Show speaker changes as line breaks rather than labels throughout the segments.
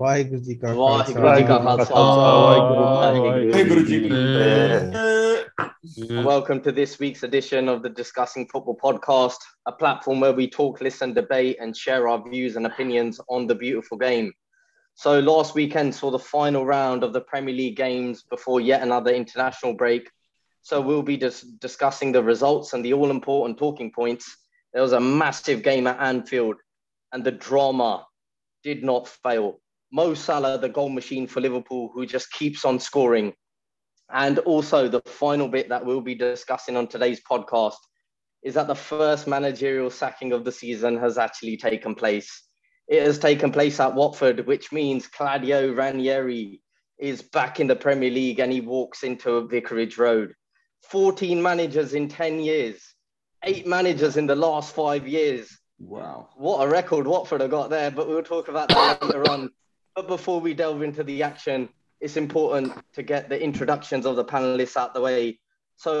ਵਾਹਿਗੁਰੂ ਜੀ ਕਾ
ਵਾਹਿਗੁਰੂ ਜੀ ਕਾ ਖਾਲਸਾ
Oh,
ਵਾਹਿਗੁਰੂ ਜੀ ਕੀ
ਵਾਹਿਗੁਰੂ ਜੀ ਕੀ
ਫਤਿਹ। Welcome to this week's edition of the Discussing Football podcast, a platform where we talk, listen, debate, and share our views and opinions on the beautiful game. So, last weekend saw the final round of the Premier League games before yet another international break. So, we'll be dis- discussing the results and the all important talking points. There was a massive game at Anfield, and the drama did not fail. Mo Salah, the goal machine for Liverpool, who just keeps on scoring. And also, the final bit that we'll be discussing on today's podcast is that the first managerial sacking of the season has actually taken place. It has taken place at Watford, which means Claudio Ranieri is back in the Premier League and he walks into Vicarage Road. 14 managers in 10 years, eight managers in the last five years.
Wow.
What a record Watford have got there, but we'll talk about that later on. But before we delve into the action, it's important to get the introductions of the panelists out the way. So,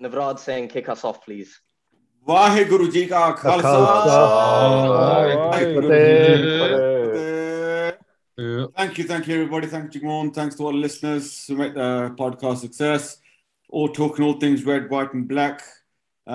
Navrad Singh, kick us off, please.
Waheguru ji ਕਾ ਖਾਲਸਾ ਵਾਹਿਗੁਰੂ ਜੀ ਕੀ ਫਤਿਹ Thank you, thank you, everybody. Thank you, Jigmon. Thanks to all listeners who make the podcast success. All talking all things red, white, and black.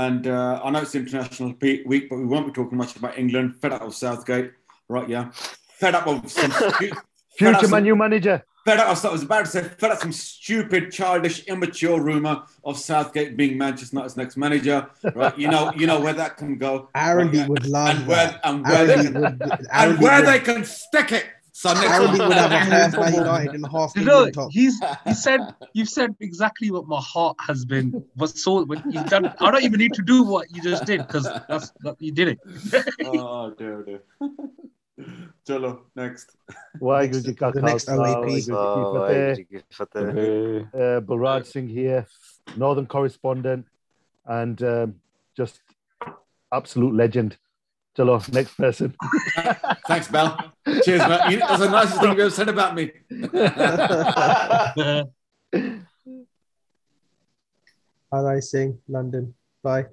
And uh, I know it's International Pe- Week, but we won't be talking much about England. Fed up of Southgate, right? Yeah, fed up of some stu- fed up
Future my
some-
new manager.
fed up. I was about to say fed up some stupid, childish, immature rumor of Southgate being Manchester United's next manager. Right? You know, you know where that can go,
Arundy would love
and where
that.
and where they
Arundy
can,
would,
and
Arundy
where
would-
they can stick it. So next
Arundy
one.
would have a half Man United and a half
You know,
England top.
he's he said you've said exactly what my heart has been was so what you've done. I don't even need to do what you just did because that's that, you did it.
oh dear, dear. Chalo, next.
Waiguru ji ka
The next
khalsa,
OAP.
Waiguru ji ki fateh. Uh, Baraj Singh here, Northern correspondent, and um, just absolute legend. Chalo, next person.
Thanks, Bell. Cheers, Bell. You- That's the nicest thing you've ever said about me.
Uh,
Hare Singh, London. Bye.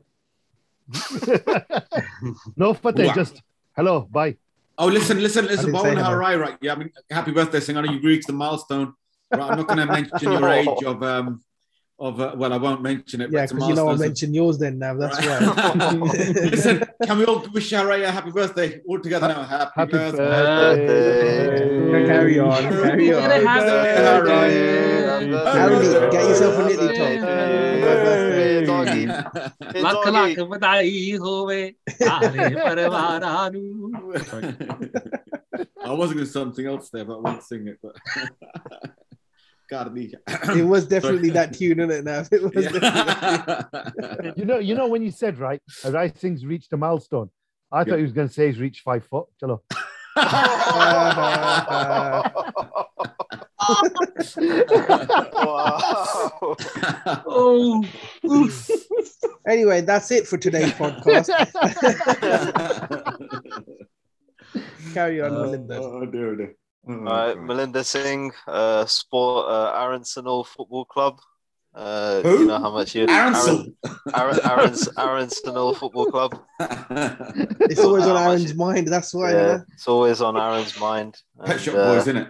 no fateh,
Wow.
just hello, bye.
Oh, listen, listen,
I
listen,
didn't say
Bowen
hello.
Harai, right? Yeah, I mean, happy birthday, Singh. I know you reached the milestone. Right, I'm not going to mention your age of, um, of uh, well, I won't mention it. but
Oh. Yeah,
it's a
because you know I
milestone, so-
mentioned yours then now. That's
Right.
right.
Listen, can we all wish Harai a happy birthday all together now? Happy,
Happy
birthday.
birthday.
Carry on, carry on.
Happy
Arundy, get yourself a little top.
Lakh lakh ਵਧਾਈ ਹੋਵੇ ਸਾਰੇ ਪਰਿਵਾਰਾਂ ਨੂੰ।
I was going to something else there, but I won't sing it. But Cardi.
it was definitely that tune in it now. It was definitely-
Yeah.
You know, you know when you said right, Harai Singh's reached a milestone. I thought
Yeah.
he was going to say he's reached five foot. Chalo.
Oh, oof.
anyway, that's it for today's podcast. Carry on, Melinda.
oh, dear, dear. Oh,
All right,
God.
Melinda Singh, uh, sport uh, Aronsonall Football Club. Uh,
Who?
You know how much you
Aronsonall.
Aaron, Aaron, Aronsonall Football Club.
It's always
uh,
on
Oh,
Aaron's mind. That's why.
Yeah,
huh?
it's always on Aaron's mind.
Pet
And,
Shop
uh,
Boys, isn't it?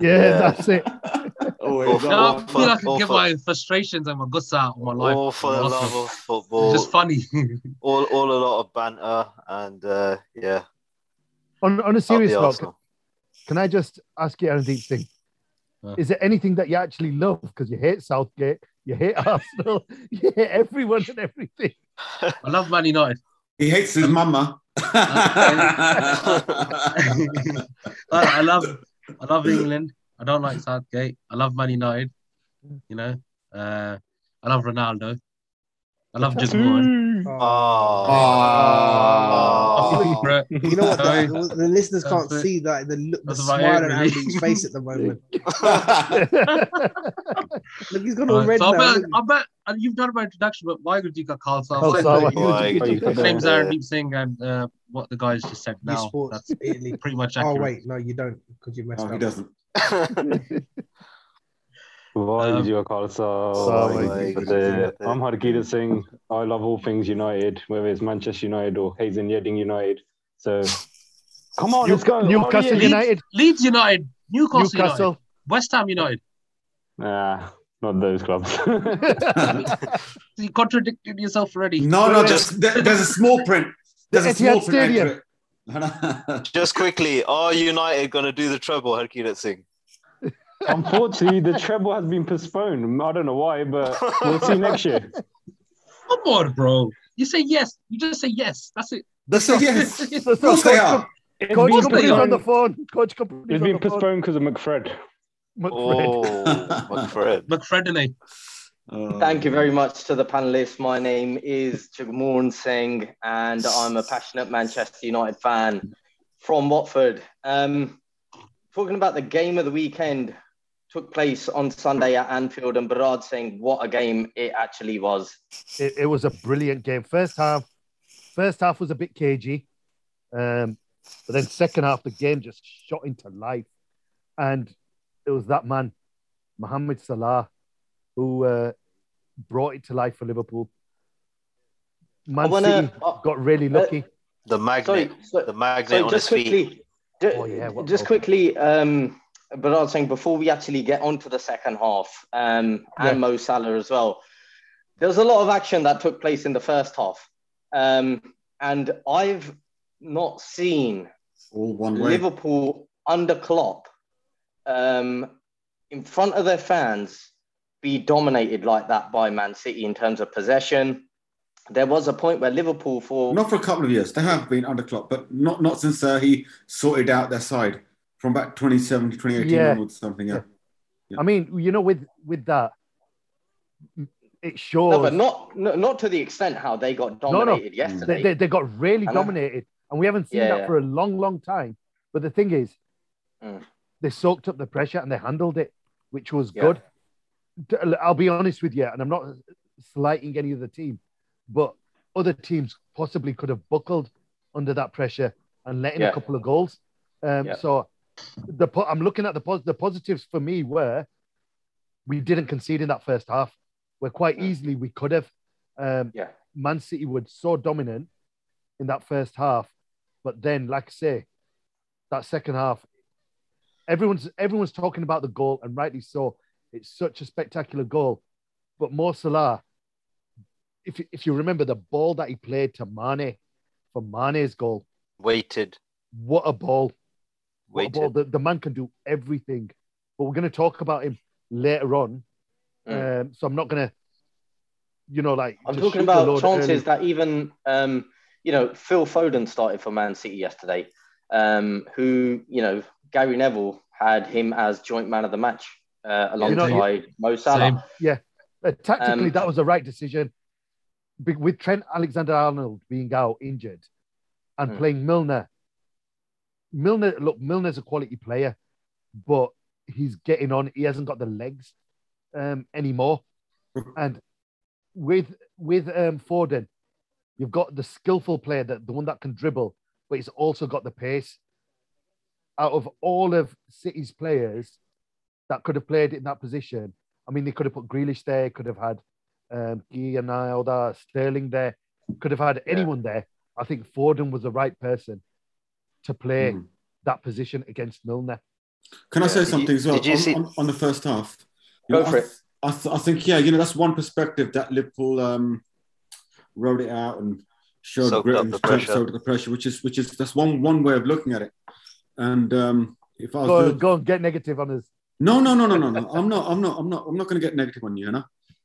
Yeah,
Yeah.
that's it.
Always.
Oh,
Now I
fuck,
feel I can
oh,
give
fuck.
my frustrations and my guts out on my life.
All for the
Awesome.
love of
It's
football.
just funny.
all, all a lot of banter, and uh, yeah. up
On, on a
the
serious note,
Arsenal.
Can I just ask you, Aaron Singh?
Yeah.
Is there anything that you actually love? Because you hate Southgate, you hate Arsenal, you hate everyone and everything.
I love Man United.
He hates his mama.
I, I love I love England. I don't like Southgate. I love Man United. You know, uh, I love Ronaldo. I love
Mm.
Gisborne.
Ah.
Uh, Oh.
You know what?
Sorry.
The, the listeners
That's
can't
it.
see that the, look- the
That's about
smile
it,
on
really.
Andy's face at the moment. Look, he's gone all
Alright,
red
so I
now.
bet,
look.
I bet and you've done my introduction, but why would you got Carl
Oh,
Southgate?
sorry.
His name's
Yeah.
Aaron Deep Singh, and uh, what the guys just said
New
now.
sports,
That's
Italy.
pretty much
Oh
accurate.
wait, no, you don't, because you messed
No, he
up.
doesn't.
Waheguru
Um,
ਜੀ ਕਾ ਖਾਲਸਾ
ਵਾਹਿਗੁਰੂ
ਵਾਹਿਗੁਰੂ ਜੀ ਕੀ
ਜੀ ਕੀ
ਫਤਿਹ
ਫਤਿਹ।
I'm Harkirat Singh I love all things United whether it's Manchester United or Hazen Yedding United so come on let's go
Newcastle
Oh, yeah.
United.
Leeds United. Newcastle, United,
Newcastle.
West Ham United.
Nah, not those clubs.
You contradicted yourself already.
No, no, there's, there- there's a small print. There's
The
a small
Etihad
print.
Stadium.
next to it.
Just quickly, are United going to do the treble, Harkirat Singh?
Unfortunately, the treble has been postponed. I don't know why, but we'll see next year.
Come on, bro. You say yes. You just say yes. That's it.
That's a yes. Of
So- so
course they
Coach
are.
It's
Coach
been
Company's on the
postponed.
phone. Coach Company's
It's
on
been
the phone.
postponed because of McFred.
McFred.
Oh, McFred.
McFredney.
Oh.
Thank you very much to the panelists. My name is Jagmohan Singh, and I'm a passionate Manchester United fan from Watford. Um, talking about the game of the weekend, took place on Sunday at Anfield, and Berard saying what a game it actually was.
It, it was a brilliant game. First half, first half was a bit cagey, um, but then second half the game just shot into life, and it was that man, Mohamed Salah, who uh, brought it to life for Liverpool. Man
I wanna- uh,
City got really lucky.
The
Sorry,
magnet.
so-
The magnet
So
on
just
his feet.
quickly, ju-
Oh, yeah, what-
just quickly, um, Bernard saying before we actually get onto the second half, um, and
Yeah.
Mo Salah as well, there was a lot of action that took place in the first half, um, and I've not seen
All one way.
Liverpool under Klopp um, in front of their fans be dominated like that by Man City in terms of possession. There was a point where Liverpool for
Not for a couple of years. They have been under Klopp, but not not since uh, he sorted out their side from about 2017, 2018
Yeah.
onwards, something. Yeah.
I mean, you know, with with that, it shows
No, but not no- not to the extent how they got
no.
dominated
they,
yesterday.
they, they got really
I know.
dominated, and we haven't seen
Yeah,
that
yeah.
for a long, long time. But the thing is,
Mm.
they soaked up the pressure and they handled it, which was
Yeah.
good. D- I'll be honest with you, and I'm not slighting any other team, but other teams possibly could have buckled under that pressure and let in
Yeah.
a couple of goals. Um,
Yeah.
So the po- I'm looking at the pos- the positives for me were we didn't concede in that first half. We're quite
Mm.
easily we could have. Um,
Yeah.
Man City were so dominant in that first half, but then, like I say, that second half, everyone's everyone's talking about the goal, and rightly so. It's such a spectacular goal, but Mo Salah, if you- if you remember the ball that he played to Mane for Mane's goal,
Weighted.
what a ball! What a
Weighted.
ball! The, the man can do everything, but we're going to talk about him later on.
Mm.
Um, so I'm not going to, you know, like
I'm
just
talking
shoot the
about
load
chances
early.
that even um, you know Phil Foden started for Man City yesterday, um, who you know Gary Neville had him as joint man of the match uh,
you know,
alongside
you-
Mo Salah.
Uh, tactically,
Um,
that was the right decision. Be- with Trent Alexander-Arnold being out injured and
Hmm.
playing Milner, Milner look, Milner's a quality player, but he's getting on. He hasn't got the legs um, anymore. And with with um, Foden, you've got the skillful player, that the one that can dribble, but he's also got the pace. Out of all of City's players that could have played in that position, I mean, they could have put Grealish there, could have had um, Guillermo, Sterling there, could have had anyone there. I think Foden was the right person to play
Mm.
that position against Milner.
Can I
Yeah.
say
Did you-
something as well
did you
on,
see-
on, on the first half?
Go
I
for
th- I, th- I think yeah, you know that's one perspective that Liverpool um, wrote it out and showed
Soaked
grit
up
and
the
t-
pressure.
soaked up the pressure, which is which is that's one one way of looking at it. And um, if I was
Go,
Liverpool-
go and get negative on us.
no no no no no no, I'm not I'm not I'm not I'm not going to get negative on you, you know.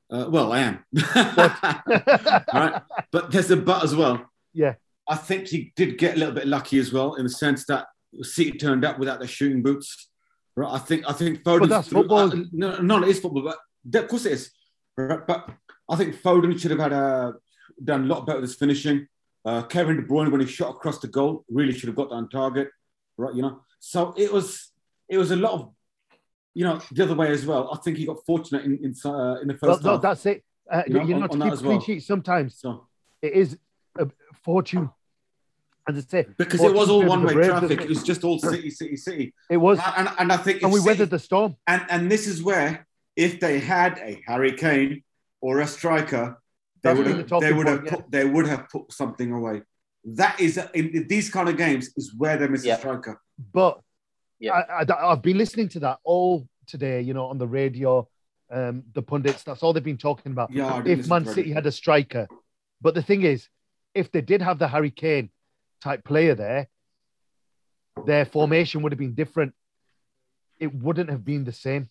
Uh, well, I am. All right. But there's a but as well.
Yeah.
I think he did get a little bit lucky as well, in the sense that City turned up without their shooting boots. Right. I think I think Foden.
that's football.
no, no, it is football, but that- of course it is. Right, But I think Foden should have had a, done a lot better with his finishing. Uh, Kevin De Bruyne, when he shot across the goal, really should have got that on target. Right, you know. So it was it was a lot of you know the other way as well. I think he got fortunate in in, uh, in the
well,
first
no,
half.
that's it. Uh,
You know,
you know,
on-
to
on that
keep a
as
clean
well.
sheet sometimes
So
it is a fortune. As I say,
because
Well,
it was
it's
all
been
one way
derailed,
traffic.
isn't it?
It was just all city, city, city.
it was,
And, and I think,
and we
if City-
weathered the storm.
and and this is where if they had a Harry Kane or a striker, they
That's
would
been
have
the
they
talking
would have
point, yeah.
put, they would have put something away. That is in these kind of games is where they miss
Yeah.
a striker.
But
Yeah.
I, I, have been listening to that all today, you know, on the radio, um, the pundits, that's all they've been talking about.
Yeah, I did
if
listen
Man
to it.
City had a striker. But the thing is, if they did have the Harry Kane type player there, their formation would have been different. It wouldn't have been the same.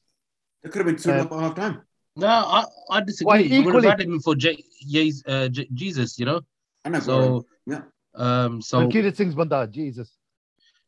It could have been two
Um,
up at half time.
No, I, I disagree.
Why,
you would have
equally-
had him for J- Ye's- uh, J- Jesus, you know.
I know.
So
yeah.
um, so
So, Kira Singh's Banda, Jesus.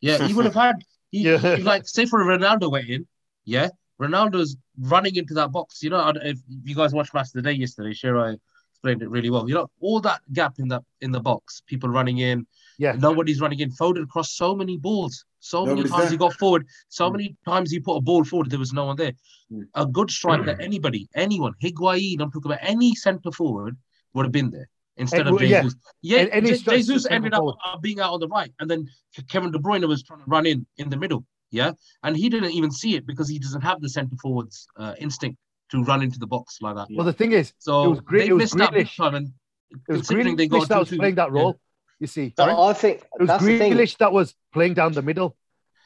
Yeah, he would have had. He,
Yeah.
he- like, say for Ronaldo went in. Yeah, Ronaldo's running into that box. You know, I don't- if you guys watched Match of the Day yesterday, Shiro explained it really well. You know, all that gap in the in the box, people running in.
Yeah.
Nobody's running in. Foden crossed so many balls. So many
Nobody's
times
there.
he got forward. So
Mm.
many times he put a ball forward. There was no one there.
Mm.
A good striker, anybody, anyone, Higuain, I'm talking about any centre forward would have been there instead of
Well, yeah.
Jesus. Yeah,
And- and he
Je-
strikes
Jesus
the
ended
centre
up
forward.
uh, being out on the right, and then Ke- Kevin De Bruyne was trying to run in in the middle. Yeah, and he didn't even see it because he doesn't have the centre forwards uh, instinct to run into the box like that.
Well, the thing is,
So
it was great-
they
it was
missed that big
Grealish.
time, and
it was
considering
Grealish
they got
that was
2-2,
playing that
yeah.
role. You see,
So I think
it was
that's the thing.
Grealish that was playing down the middle,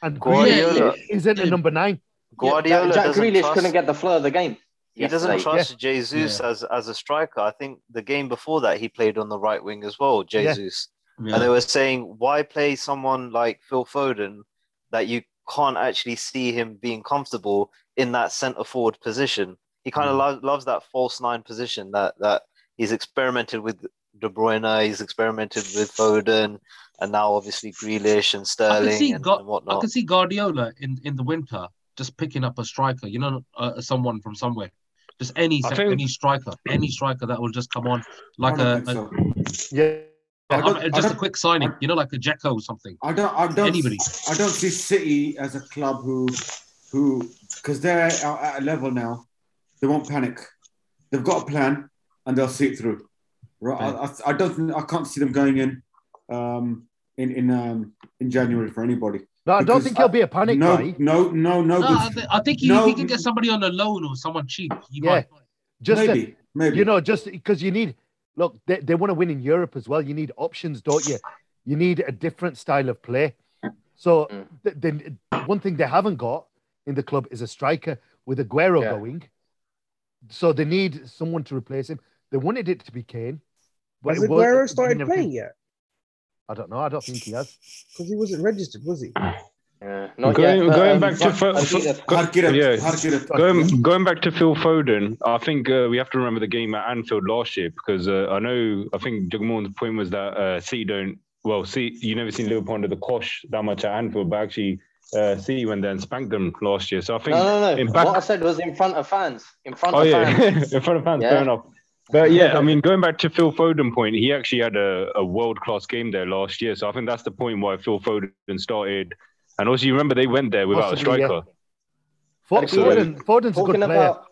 and Grealish
Guardiola,
isn't a
Yeah.
number nine.
Guardiola
Jack
doesn't
Grealish
trust,
couldn't get the flow of the game.
he doesn't
yesterday.
trust Jesus as, as a striker. I think the game before that he played on the right wing as well,
Yeah.
Jesus. And they
yeah.
were saying, why play someone like Phil Foden that you can't actually see him being comfortable in that centre forward position? He kind of
Mm.
lo- loves that false nine position that that he's experimented with De Bruyne, he's experimented with Foden, and now obviously Grealish and
see
Sterling and,
Go-
and
I
whatnot.
could see Guardiola in in the winter just picking up a striker. You know, uh, someone from somewhere. Just any
I
se-
think-
any striker, any striker that will just come on like
I don't
a,
think
a-
so.
Yeah,
I don't-
a-
I
just a
don't-
quick signing. You know, like a Jacko or something.
I don't. I don't.
Anybody.
I don't see City as a club who, who, because they're at at a level now. They won't panic. They've got a plan, and they'll see it through. Right. I, I, I don't. think- I can't see them going in, um, in in um, in January for anybody.
no, I don't
Because
think he'll be a panic
no,
guy.
no, no, no,
No, I, th- I think he,
No,
he can
you-
get somebody on a loan or someone cheap. He
Yeah.
might.
Just a-
maybe, maybe.
you know, just because you need look, they, they want to win in Europe as well. You need options, don't you? You need a different style of play. So
Mm.
th- then one thing they haven't got in the club is a striker with Aguero
Yeah.
going. So they need someone to replace him. They wanted it to be Kane.
Has
it wasn't-
Aguero
it
started
never came.
playing yet?
I don't know. I don't think he has.
Because he wasn't registered, was he?
Yeah, not
Going-
yet, but,
going
um,
back to fir-
Adidas-
fir-
Hard get up.
Yeah.
Hard get up.
Going, going back to Phil Foden, I think uh, we have to remember the game at Anfield last year because uh, I know I think Jugmore's point was that uh, City don't well, City you never seen Liverpool under the cosh that much at Anfield, but actually uh, City went there and spanked them last year. So I think
no, no, no.
in back-
What I said was in front of fans. Oh, In front
oh
of
yeah,
fans.
in front of fans,
Yeah.
fair enough. But yeah, I mean, going back to Phil Foden point, he actually had a, a world class game there last year. So I think that's the point why Phil Foden started. And also, you remember they went there without
Possibly,
a
yeah.
striker.
Fo-
Absolutely.
Foden, Foden's a good
Talking
player.
about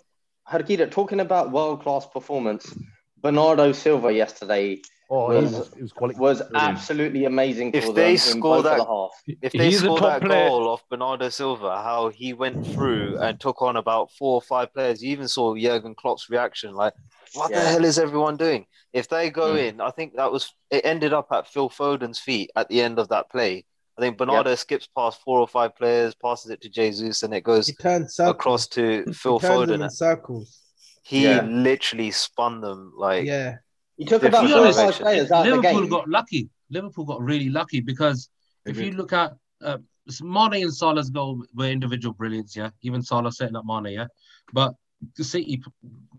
Harkida, talking about world class performance, Bernardo Silva yesterday
oh, he
was-
was, he was quality.
was absolutely amazing for
If
them
they
in
score
both
that-
of the half.
if they
He's a
score
top
that
player.
goal off Bernardo Silva, how he went through and took on about four or five players, you even saw Jurgen Klopp's reaction, like, "What the
Yeah.
hell is everyone doing?" If they go
Hmm.
Mm.
in, I think that was it. Ended up at Phil Foden's feet at the end of that play. I think Bernardo skips past four or five players, passes it to Jesus, and it goes
He turned circles.
across to Phil
he turns them
Foden.
in circles.
He
Yeah.
literally spun them like
Yeah.
He took about
Different
four or five
direction.
players out of the
Liverpool
game.
got lucky. Liverpool got really lucky because if you look at uh, Mane and Salah's goal were individual brilliance, yeah. Even Salah setting up Mane, yeah. But the City,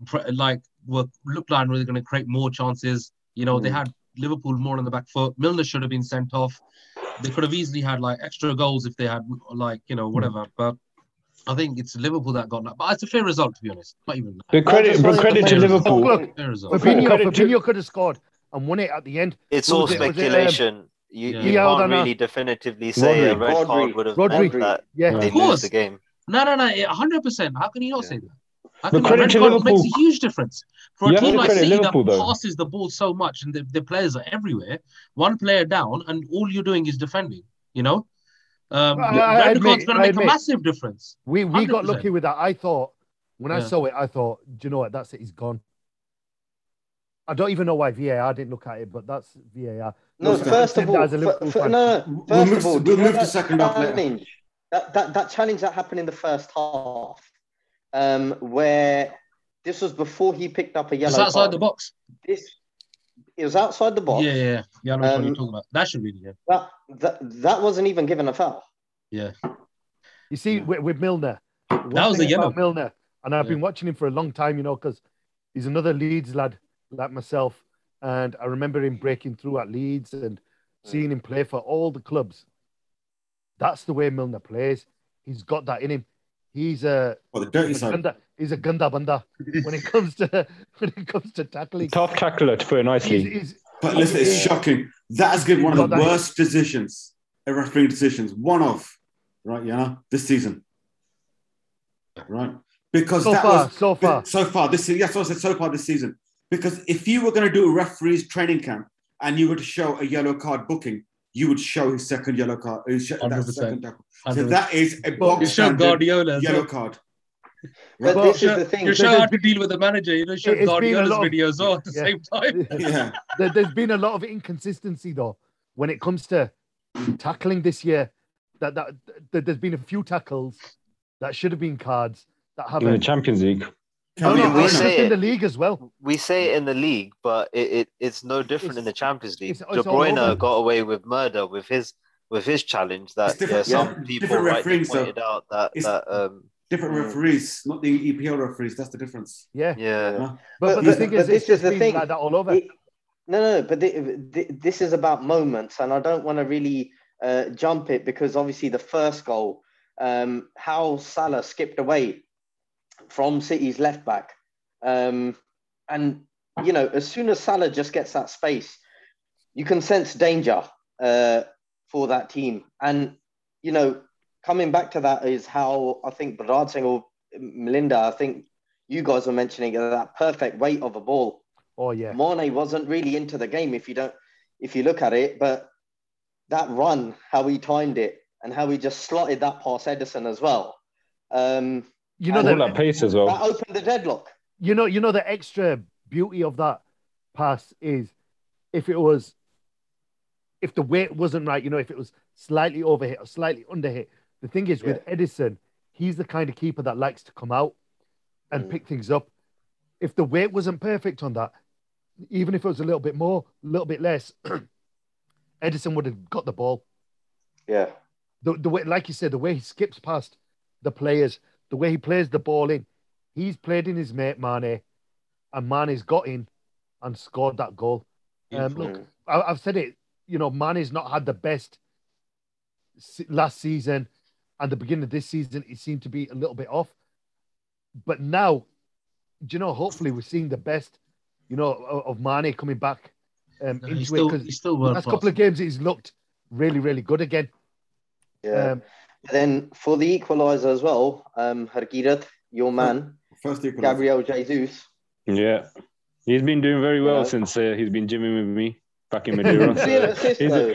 pr- like, were looked like they were going to create more chances. You know, they
Mm.
had Liverpool more on the back foot. Milner should have been sent off. They could have easily had like extra goals if they had like you know whatever. But I think it's Liverpool that got. But it's a fair result to be honest. Not even
But credit,
just
but
wanted
credit
to
to
make-
Liverpool.
Look,
fair result.
Fabinho,
Credit to-
Fabinho could have scored and won it at the end.
It's
Who
all
was it? Was it, um,
speculation. you
Yeah.
you
Yeah, hold
can't
on, uh,
really definitively say a
Rodri.
red
Rodri.
card would have
Rodri.
meant that
Yeah.
Yeah.
they
Of course.
lose the game.
No, no, no, yeah, 100%. How can you not
Yeah.
say that? How
But
can you-
credit
red
to
card
Liverpool.
makes a huge difference. For a
You have
team
to
like
credit
City
Liverpool,
that
though.
passes the ball so much and the, the players are everywhere, one player down and all you're doing is defending, you know? Um,
I- I
red
admit-
card's going
I
to make a
admit.
massive difference.
We we got
100%.
lucky with that. I thought when I
Yeah.
saw it, I thought, do you know what? That's it. He's gone. I don't even know why VAR didn't look at it, but that's VAR.
No,
Look,
Listen,
first of
Liverpool
all,
as a Liverpool
f- f-
fan.
no, no,
We'll
first
move
of
to-
all,
we'll
do you
move
know
to
that
second half later.
challenge? that, that, that challenge that happened in the first half, um, where this was before he picked up a yellow
It's outside
card.
the box.
This it was outside the box.
Yeah, yeah, yeah. yeah I know what
Um,
you're talking about. That should be yeah.
That, that that wasn't even given a foul.
Yeah.
You see, with, with Milner, one
That was
thing
a yellow.
about Milner, and I've
Yeah.
been watching him for a long time, you know, because he's another Leeds lad like myself, and I remember him breaking through at Leeds and seeing him play for all the clubs. That's the way Milner plays. He's got that in him. He's a
Oh, the dirty
he's a
side.
gunda, he's a gunda banda when it comes to when it comes to tackling.
Tough tackler to put it
He's,
nicely.
he's,
But listen, it's shocking. That has been one of the
Got that.
worst decisions, uh, refereeing decisions, one of, right, Yana, this season. Right? Because
so
that
far,
was
so far.
so far this season. Yes, I said so far this season. Because if you were going to do a referee's training camp and you were to show a yellow card booking, you would show his second yellow card. uh, sh- that
100%.
second tackle.
I
So
know.
that is a
you
box
show
standard
Guardiola. as
yellow
well.
card.
But
Well,
this
You
is the
show-
thing.
You show
There's
how to deal with the manager. You know, show
It's been a
Guardiola's
lot of-
videos as well at the
Yeah.
same time.
Yeah.
there, there's been a lot of inconsistency though when it comes to tackling this year. That that, that there's been a few tackles that should have been cards that
In the
haven't.
Champions League.
No,
mean,
no,
we
it's
say
just in
it.
the league as well.
We say it in the league, but it, it it's no different in the
It's-
Champions League.
it's- it's
De
all
Bruyne
over.
got away with murder with his with his challenge.
It's
That yeah,
different-
some
yeah,
people
different
rightly
referees, though.
pointed out that
It's-
that um
Different
Mm.
referees, not the EPL referees. That's the difference.
Yeah,
yeah.
but, but,
But-
the
but-
thing
but
is,
this
it's just
is the
been
thing.
like that all over.
It- no, no, but thi- thi- this is about moments, and I don't want to really uh, jump it because obviously the first goal, um, how Salah skipped away from City's left back, um, and you know as soon as Salah just gets that space, you can sense danger uh, for that team, and you know coming back to that is how I think Bernard Singh or Melinda, I think you guys were mentioning that perfect weight of a ball.
oh yeah,
Mane wasn't really into the game if you don't if you look at it, but that run, how he timed it and how he just slotted that past Edison as well. Um,
you know
All
And
that
that pace as
Oh.
that
well.
opened the deadlock.
you know you know the extra beauty of that pass is if it was if the weight wasn't right you know if it was slightly overhit or slightly underhit the thing is with edison he's the kind of keeper that likes to come out and
Mm.
pick things up if the weight wasn't perfect on that even if it was a little bit more a little bit less edison would have got the ball
Yeah.
the, the way, like you said, the way he skips past the players, the way he plays the ball in, he's played in his mate Mane, and Mane's got in and scored that goal. Um,
Beautiful.
look, I, I've said it, you know, Mane's not had the best se- last season, and the beginning of this season, he seemed to be a little bit off. But now, do you know? Hopefully, we're seeing the best, you know, of, of Mane coming back um,
No,
into
he's
it
still,
because
he's still world
last couple of games he's looked really, really good again.
Yeah.
Um,
then for the equalizer as well, um Hargirat, your man,
First equaliser.
Gabriel Jesus.
Yeah. He's been doing very well
Yeah.
since uh, he's been gymming with me back in Madeira.
Brilliant
So
assist
he's-
though.
He-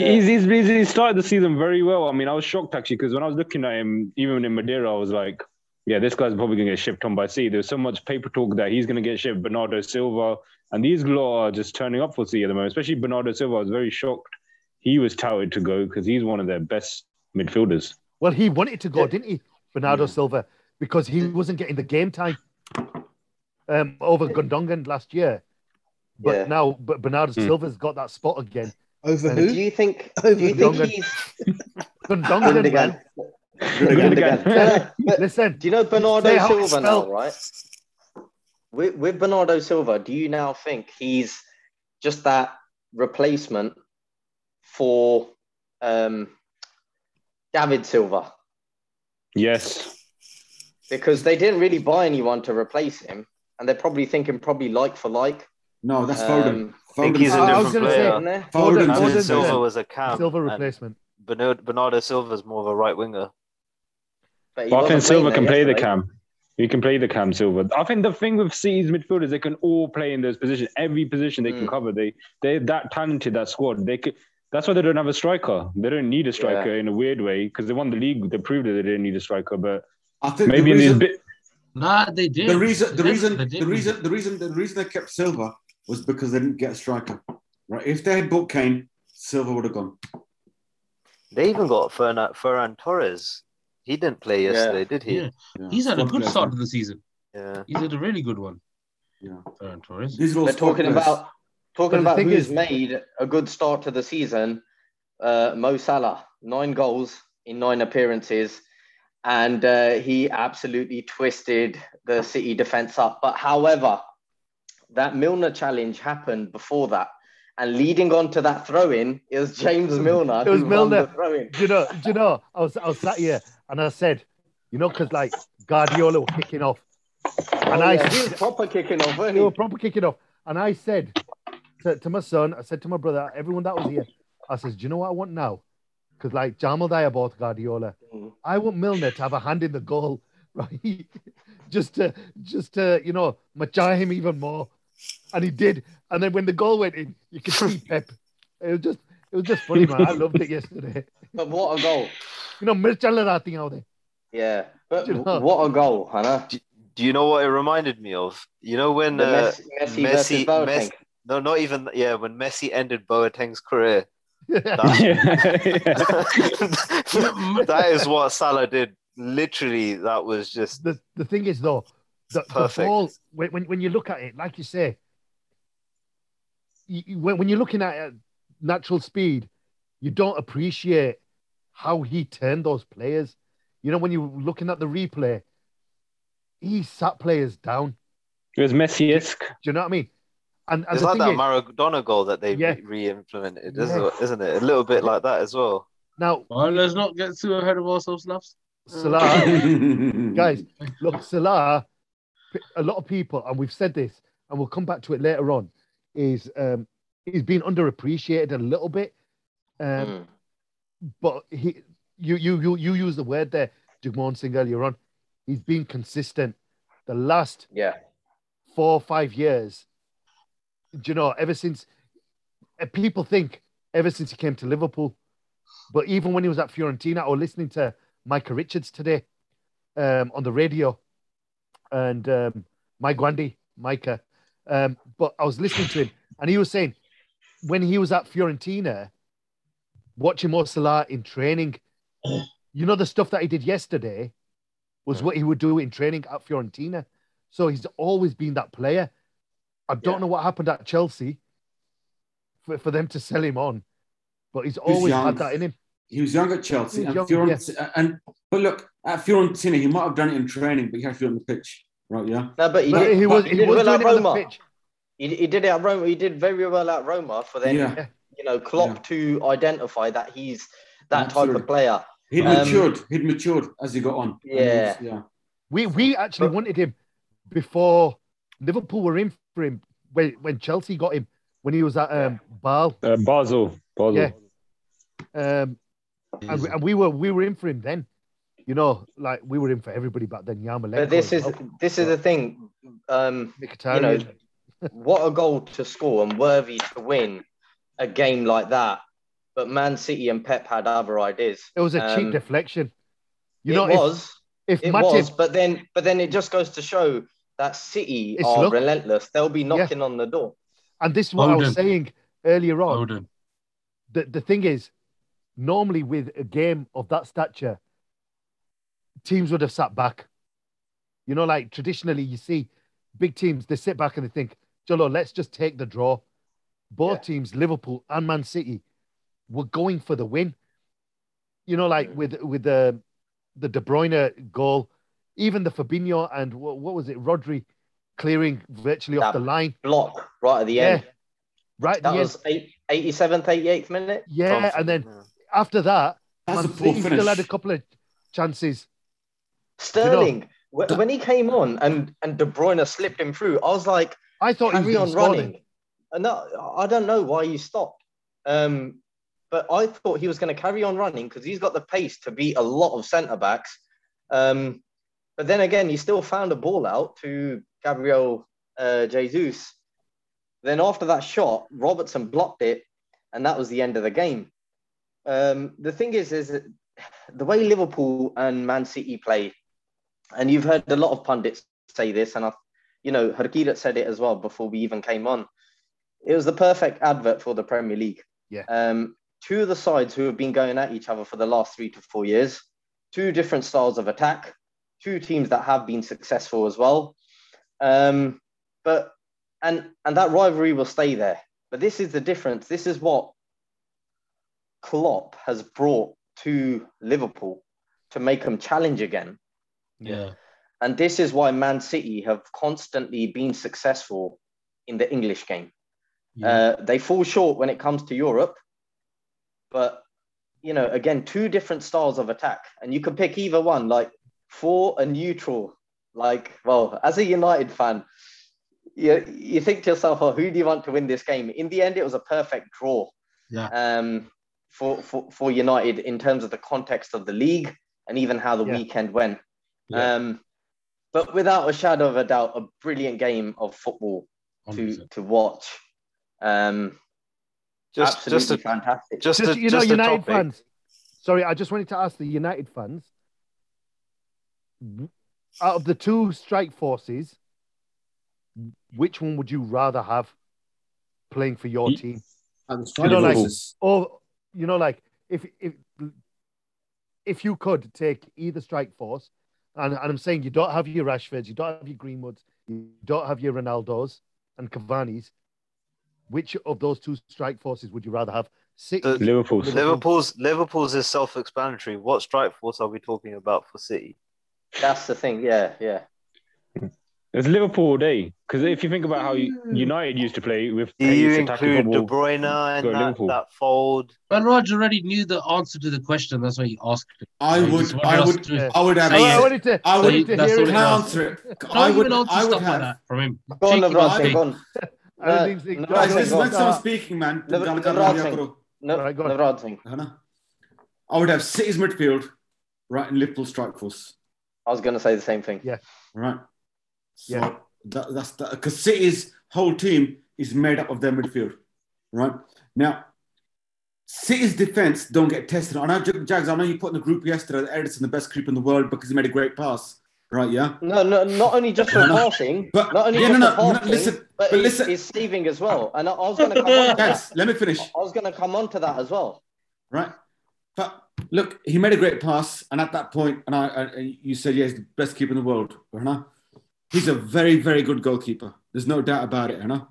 Yeah.
He's, he's, he's, he started the season very well. I mean, I was shocked actually because when I was looking at him, even in Madeira, I was like, yeah, this guy's probably going to get shipped on by sea. There's so much paper talk that he's going to get shipped. Bernardo Silva and these lot are just turning up for sea at the moment, especially Bernardo Silva. I was very shocked he was touted to go because he's one of their best midfielders.
Well, he wanted to go,
Yeah.
didn't he, Bernardo
Yeah.
Silva, because he wasn't getting the game time um, over Gondongan last year. But
Yeah.
now, but Bernardo
Hmm.
Silva's got that spot again.
Over
Do
who?
you think do
Over
you think
Gundogan.
he's
Gondongan, man.
Gundogan. No, no, but
Listen,
Do you know Bernardo
Say how it's
Silva now,
spelled.
right? With, with Bernardo Silva, do you now think he's just that replacement for um, David Silva?
Yes.
Because they didn't really buy anyone to replace him, and they're probably thinking probably like for like.
No, that's Foden.
Um,
think
Foden.
he's a
I- I was
different
gonna
player.
in there.
Foden-
Foden's
Foden's
David
in.
Silva.
Silva was a cam.
Silva
and
replacement.
Bernardo, Bernardo Silva's more of a right winger.
But he
But I
wasn't
think Silva
playing
can
there
play the
yesterday.
cam. He can play the cam, Silva. I think the thing with City's midfielders, they can all play in those positions. Every position they can
Mm.
cover. They they're that talented that squad. They could. That's why they don't have a striker. They don't need a striker in a weird way because they won the league. They proved that they didn't need a striker. But
I think
maybe
the
in these
reason,
bit.
Nah, they did.
the reason, the
They did,
reason,
they
the
did.
reason, the reason, the reason they kept Silva was because they didn't get a striker. Right? If they had bought Kane, Silva would have gone.
They even got Fernan, Ferran Torres. He didn't play
Yeah.
yesterday, did he?
Yeah. He's had a good start to the season.
Yeah.
He's had a really good one.
Yeah.
Ferran Torres.
These are all
They're talking
Scotlanders.
about
But
talking
the
about
thing
who's
is-
made a good start to the season. Uh, Mo Salah, nine goals in nine appearances, and uh, he absolutely twisted the City defense up. But however, that Milner challenge happened before that, and leading on to that throw-in, it was James Milner.
It was
who won
Milner.
The throw-in.
Do you know? Do you know? I was I was sat here and I said, you know, because like Guardiola were kicking off, and
Oh,
I
yeah, he was proper kicking off,
they were
wasn't
proper kicking off. And I said to, to my son, I said to my brother, everyone that was here, I says, Do you know what I want now? Because like Jamal Dyer bought Guardiola.
Mm.
I want Milner to have a hand in the goal, right? just to just to, you know, mature him even more. And he did. And then when the goal went in, you could see Pep. It was just it was just funny, man. I loved it yesterday.
he? But what a goal!
You know, Mirchandler that thing out there.
Yeah, but
Do you know-
what a goal, Hannah.
Do you know what it reminded me of? You know
The
when uh,
Messi, Messi, versus
Messi-
Boateng.
no, not even yeah, when Messi ended Boateng's career.
yeah.
that is what Salah did. Literally, that was just
the, the thing is though, the, the
Perfect.
ball when, when when you look at it, like you say, you, you- when when you're looking at it at natural speed, you don't appreciate how he turned those players. You know, when you're looking at the replay, he sat players down.
It was Messi-esque.
Do you know what I mean? And, and
it's
the
like
thing
that
is,
Maradona goal that they
Yeah.
re-implemented,
Yeah.
isn't, isn't it? A little bit like that as well.
now
Well, let's not get too ahead of ourselves, loves.
Salah
Mm.
guys, look, Salah, a lot of people, and we've said this, and we'll come back to it later on, is um, he's been underappreciated a little bit. Um,
Mm.
But he, you, you, you, you use the word there, Jugmon Singh earlier on. He's been consistent. The last
Yeah.
four or five years, do you know, ever since uh, people think ever since he came to Liverpool, but even when he was at Fiorentina or listening to Micah Richards today um, on the radio and um, my grandy, Micah, um, but I was listening to him and he was saying when he was at Fiorentina, watching Mo Salah in training, you know, the stuff that he did yesterday was what he would do in training at Fiorentina. So he's always been that player. I don't
Yeah.
know what happened at Chelsea for, for them to sell him on, but he's
He's
always
young.
had that in him.
He was young at Chelsea.
He
And,
was young,
Fiorent- and but look, at Fiorentina, he might have done it in training, but he had to do it on the pitch, right? Yeah.
No, but he,
But
did,
he was
but
he
did
was
well
doing
at
it on the
Roma.
pitch.
He, he did it at Roma. He did very well at Roma for then,
yeah.
you know, Klopp
Yeah.
to identify that he's that type
Absolutely.
of player.
He'd
Um,
matured. He'd matured as he got on. And he
Yeah.
was- yeah.
We we actually
But-
wanted him before Liverpool were in for him when, when Chelsea got him when he was at um, Basel.
Uh, Basel. Basel.
Yeah. Um, and, we- and we were we were in for him then. You know, like we were in for everybody back then. Yamalek,
But this is this is the thing. Um, you know,
Mkhitaryan.
what a goal to score and worthy to win a game like that. But Man City and Pep had other ideas.
It was a
um,
cheap deflection. You
it
know, if-
was.
if,
It
Matip
was, but then but then it just goes to show that City
It's
are
luck.
relentless. They'll be knocking on the door.
and this is what I was
Foden.
saying earlier on.
Foden.
the, the thing is, normally with a game of that stature, teams would have sat back. You know, like traditionally, you see big teams, they sit back and they think, Jolo, let's just take the draw. Both
Yeah.
teams, Liverpool and Man City, were going for the win. You know, like
Mm.
with with the the De Bruyne goal, even the Fabinho and what, what was it, Rodri clearing virtually off
That-
the line
Block right at the end.
right at the
That
end.
was eight, 87th, 88th minute.
Yeah, and then after that,
That's
Man
a poor
City
finish.
still had a couple of chances.
Sterling, wh- when he came on and, and De Bruyne slipped him through, I was like,
I thought he was
carry
going
on
to score
running.
them.
And no, I don't know why you stopped. Um, but I thought he was going to carry on running because he's got the pace to beat a lot of centre backs. Um, but then again, he still found a ball out to Gabriel uh, Jesus. Then after that shot, Robertson blocked it, and that was the end of the game. Um, the thing is, is that the way Liverpool and Man City play, and you've heard a lot of pundits say this, and I, you know, Harkirat said it as well before we even came on. It was the perfect advert for the Premier League.
Yeah.
Um, two of the sides who have been going at each other for the last three to four years, two different styles of attack, two teams that have been successful as well. Um, but and and that rivalry will stay there. But this is the difference. This is what Klopp has brought to Liverpool to make them challenge again.
Yeah.
And this is why Man City have constantly been successful in the English game.
Yeah.
Uh, they fall short when it comes to Europe, but you know, again, two different styles of attack, and you can pick either one, like for a neutral. Like, well, as a United fan, you, you think to yourself, oh, who do you want to win this game? In the end, it was a perfect draw
Yeah.
um, for, for, for United in terms of the context of the league and even how the
Yeah.
weekend went.
Yeah.
Um, but without a shadow of a doubt, a brilliant game of football to,
100%.
to watch. Um,
Just,
absolutely
just, a,
fantastic.
just,
Just
a,
you know,
just a
United
topic.
fans. Sorry, I just wanted to ask the United fans. w- Out of the two strike forces, which one would you rather have playing for your
Ye-
team?
And the
You know, like-
strikers.
Or you know, like if if if you could take either strike force, and, and I'm saying you don't have your Rashfords, you don't have your Greenwoods, you don't have your Ronaldos and Cavani's. Which of those two strike forces would you rather have? Six.
The-
Liverpool.
Liverpool's Liverpool's is self-explanatory. What strike force are we talking about for City?
That's the thing. Yeah, yeah.
It's Liverpool all day. Because if you think about how United used to play with
Do you
pace, attacking
include De
football,
Bruyne
Go
and that,
Liverpool.
that fold?
But Roger already knew the answer to the question. That's why he asked. it.
I
He
would,
just wanted
I
us
would,
to-
I would have.
I, Oh, I
Amazing.
wanted to.
I
I
would-
wanted to
That's
hear
all
it.
Can I answer it?
Don't
I would,
even answer
I would
stuff like
have.
that from him.
Go on,
Cheeky
Navratil,
mistake.
go on.
I don't think
No,
they-
Guys,
Okay,
let's
go
make some
on.
speaking, man.
Liver-
Gal-
Liver-
Gal-
eh?
Liver-
Gal-
No,
Right, go on.
Navratil.
है ना? I would have City's midfield, right, and Liverpool strike force,
I was going to say the same thing.
Yeah.
right? So
Yeah.
that, that's because City's whole team is made up of their midfield, right? Now, City's defense don't get tested. I know Jag- Jags. I know you put in the group yesterday that Edison, the best keeper in the world, because he made a great pass, right? Yeah.
No, no, not only just for
No, no.
passing,
But-
not only
yeah,
just
no,
for
no, no,
passing,
listen,
but,
but
it's-
listen.
it's saving as well. And I, I was going to come on to that.
Jags, let me finish.
I was going to come on to that as well.
right? But look, he made a great pass, and at that point, and I, I you said, yeah, he's the best keeper in the world, you know? He's a very, very good goalkeeper. There's no doubt about it, you know?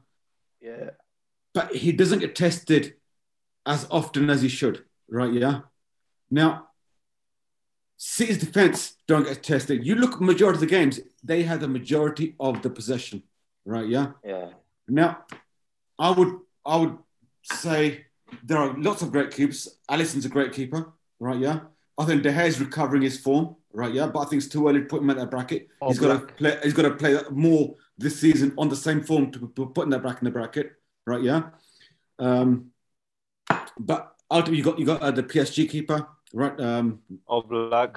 Yeah.
But he doesn't get tested as often as he should, right? Yeah. Now, City's defense don't get tested. You look at majority of the games; they have the majority of the possession, right? Yeah.
Yeah.
Now, I would I would say there are lots of great keepers. Allison's a great keeper, right? Yeah. I think De Gea's recovering his form, right? Yeah, but I think it's too early to put him in that bracket.
Oh,
he's got to
Black.
play. He's got to play more this season on the same form to be put in that bracket in the bracket, right? Yeah. Um, but ultimately, you got you got uh, the PSG keeper, right? Um,
Oblak, Maya.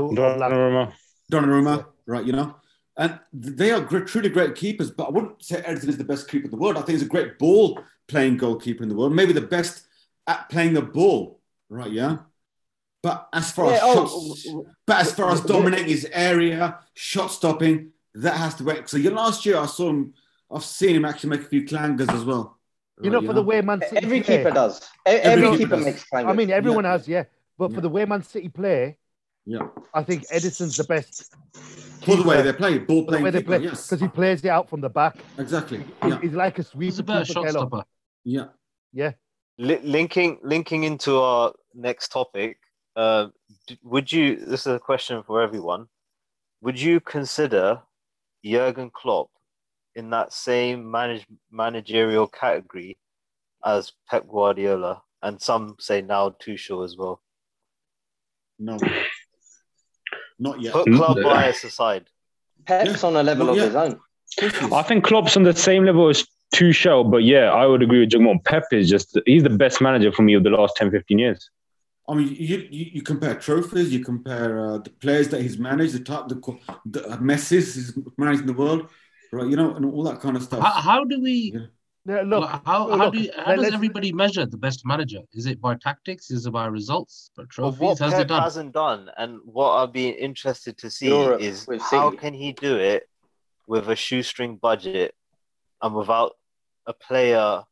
Donnarumma, Oblak.
Donnarumma.
Donnarumma, right? You know, and they are gr- truly great keepers. But I wouldn't say Edison is the best keeper in the world. I think he's a great ball playing goalkeeper in the world. Maybe the best at playing the ball, right? Yeah. But as far
Yeah,
as
oh,
shots, but as far as dominating his area, shot stopping, that has to work. So yeah, last year I saw him. I've seen him actually make a few clangers as well.
You
right,
know, for the way Man City
Every
play-
keeper does. E- Every,
keeper
keeper
does.
makes clangers.
I mean, everyone
Yeah.
has, yeah. But
Yeah.
for the way Man City play,
Yeah.
I think Edison's the best.
for the way
keeper.
they play, ball
For the
playing
way they
keeper,
play, because
yes,
he plays it out from the back.
exactly.
He's,
Yeah,
he's like a sweeper.
He's a better
keeper,
shot
Kelo.
stopper.
yeah.
Li- linking linking into our next topic uh, d- would you this is a question for everyone would you consider jürgen klopp in that same manage, managerial category as pep guardiola and some say now tuchel as well
No, not yet.
put
Mm.
club bias aside
Pep's on a level
Well,
of
yeah.
his own.
I think Klopp's on the same level as Tuchel, but yeah, I would agree with Jugmon. Pep is just, he's the best manager for me of the last 10, 15 years.
I mean, you, you, you compare trophies, you compare uh, the players that he's managed, the type, the, qu- the uh, messes he's managed in the world, right? You know, and all that kind of stuff.
How, how do we?
Yeah.
Yeah, look,
how how
look,
do you, how
let-
does
let's-
everybody measure the best manager? Is it by tactics? Is it by results? By
But
trophies?
what
How's
Pep
it done?
hasn't done, and what I've been interested to see
Europe
is
with
how
City.
can he do it with a shoestring budget and without a player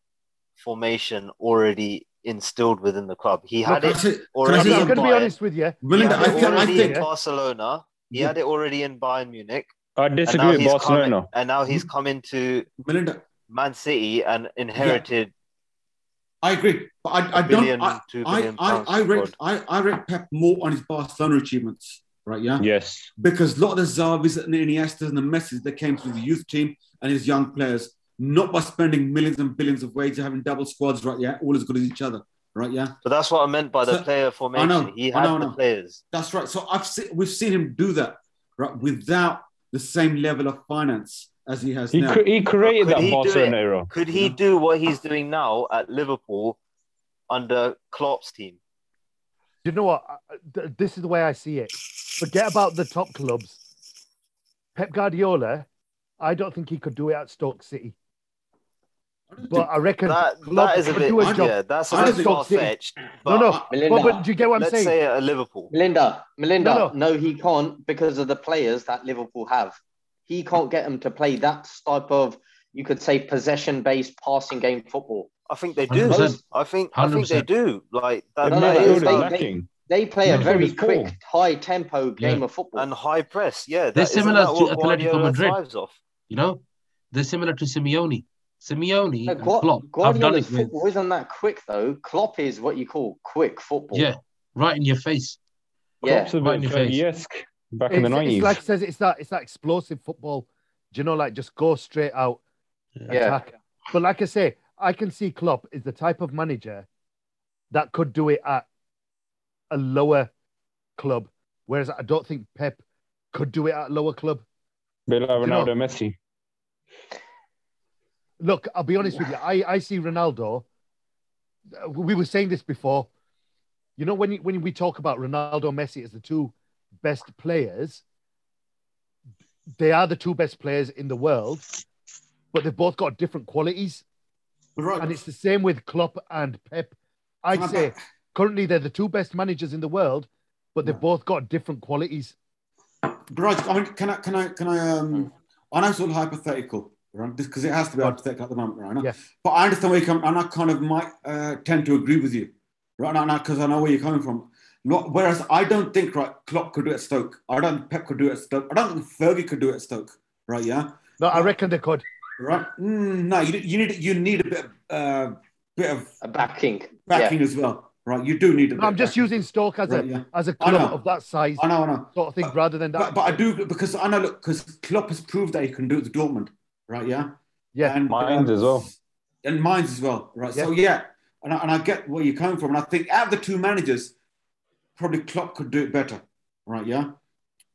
formation already instilled within the club. He
Look,
had
I
it
see-
already.
I'm
in
going to be
Bayern.
honest with you.
He
Melinda,
had
I
it
think, I
already in
think
Barcelona. He had it already in Bayern Munich.
I
And now
disagree with
he's come in-
Barcelona.
and now
Hmm?
he's come into
Melinda,
Man City and inherited
I agree. But I, I
a billion,
don't. I,
two
I,
billion
I,
pounds.
I rate
squad.
I, I rate Pep more on his Barcelona achievements, right? Yeah,
Yes.
because a lot of the Zavis and the Iniestas and the Messis that came through the youth team and his young players, not by spending millions and billions of wages, having double squads, right? Yeah, all as good as each other, right? Yeah,
But that's what I meant by the
So-
player formation.
know,
he
I
had
know, I
the
know.
players.
that's right. So I've se- we've seen him do that, right? Without the same level of finance as he has
He,
now.
cre- he created
Could
that
he do
Barcelona
it?
era.
Could he
Yeah.
do what he's doing now at Liverpool under Klopp's team?
you know what? I- th- This is the way I see it. Forget about the top clubs. Pep Guardiola, I don't think he could do it at Stoke City. But I reckon
That,
Klopp
that is a
could
bit.
do a job.
Yeah, that's
I
a
don't
bit
think-
far fetched.
No, no.
Melinda,
But, but do you get what I'm
Let's
saying?
say at Liverpool.
Melinda, Melinda,
No,
no, he can't because of the players that Liverpool have. He can't get them to play that type of, you could say, possession-based passing game football.
I think they do.
100%.
I think I think they
100%.
do. Like that,
No,
The
no, it
that is
midfield
they-
is
a-
they-
lacking.
They play a
Liverpool
very
is poor.
quick, high-tempo game
Yeah.
of football.
and high press. Yeah,
They're
that, isn't
similar
that
to
what
Atletico
Guardiola
Madrid.
thrives off?
You know, they're similar to Simeone. Simeone
No,
and
Gua-
Klopp have done
Guardiola's
it with
football isn't that quick though. Klopp is what you call quick football.
yeah, right in your face.
yeah.
Klopp's a
right in
bit
your face.
yes, back in
It's,
the
it's
nineties.
like says it's that it's that explosive football. Do you know, like just go straight out
Yeah.
attack. But like I say, I can see Klopp is the type of manager that could do it at a lower club, whereas I don't think Pep could do it at a lower club.
Bit like
you know-
Ronaldo, Messi.
Look, I'll be honest with you. I, I see Ronaldo. uh, We were saying this before. You know, when, you- when we talk about Ronaldo Messi as the two best players, they are the two best players in the world, but they've both got different qualities.
Right.
And it's the same with Klopp and Pep. I'd
Can I
say currently they're the two best managers in the world, but they've
Yeah.
both got different qualities.
Raj, I mean, can I, can I, can I, um, I know it's all hypothetical, right? Because it has to be hypothetical at the moment, right? I know.
Yeah.
But I understand where you come, and I kind of might uh, tend to agree with you, right? Now, because I know where you're coming from. Not, whereas I don't think right, Klopp could do it at Stoke. I don't think Pep could do it at Stoke. I don't think Fergie could do it at Stoke, right? Yeah,
No, I
Yeah.
reckon they could.
right. Mm, no, you, you need you need a bit of, uh, bit of
A backing.
backing as well, right? You do need. A
No,
bit
I'm
of
just
backing.
using Stoke as a
Right, yeah.
as a
I
club
know.
of that size
I know, I know.
sort of thing,
But-
rather than that.
But, but I do because I know look because Klopp has proved that he can do it with Dortmund, right? Yeah.
Yeah.
And
Mines
um,
as well.
And mines as well, right? So yeah, and I, and I get where you're coming from, and I think out of the two managers, probably Klopp could do it better, right? Yeah.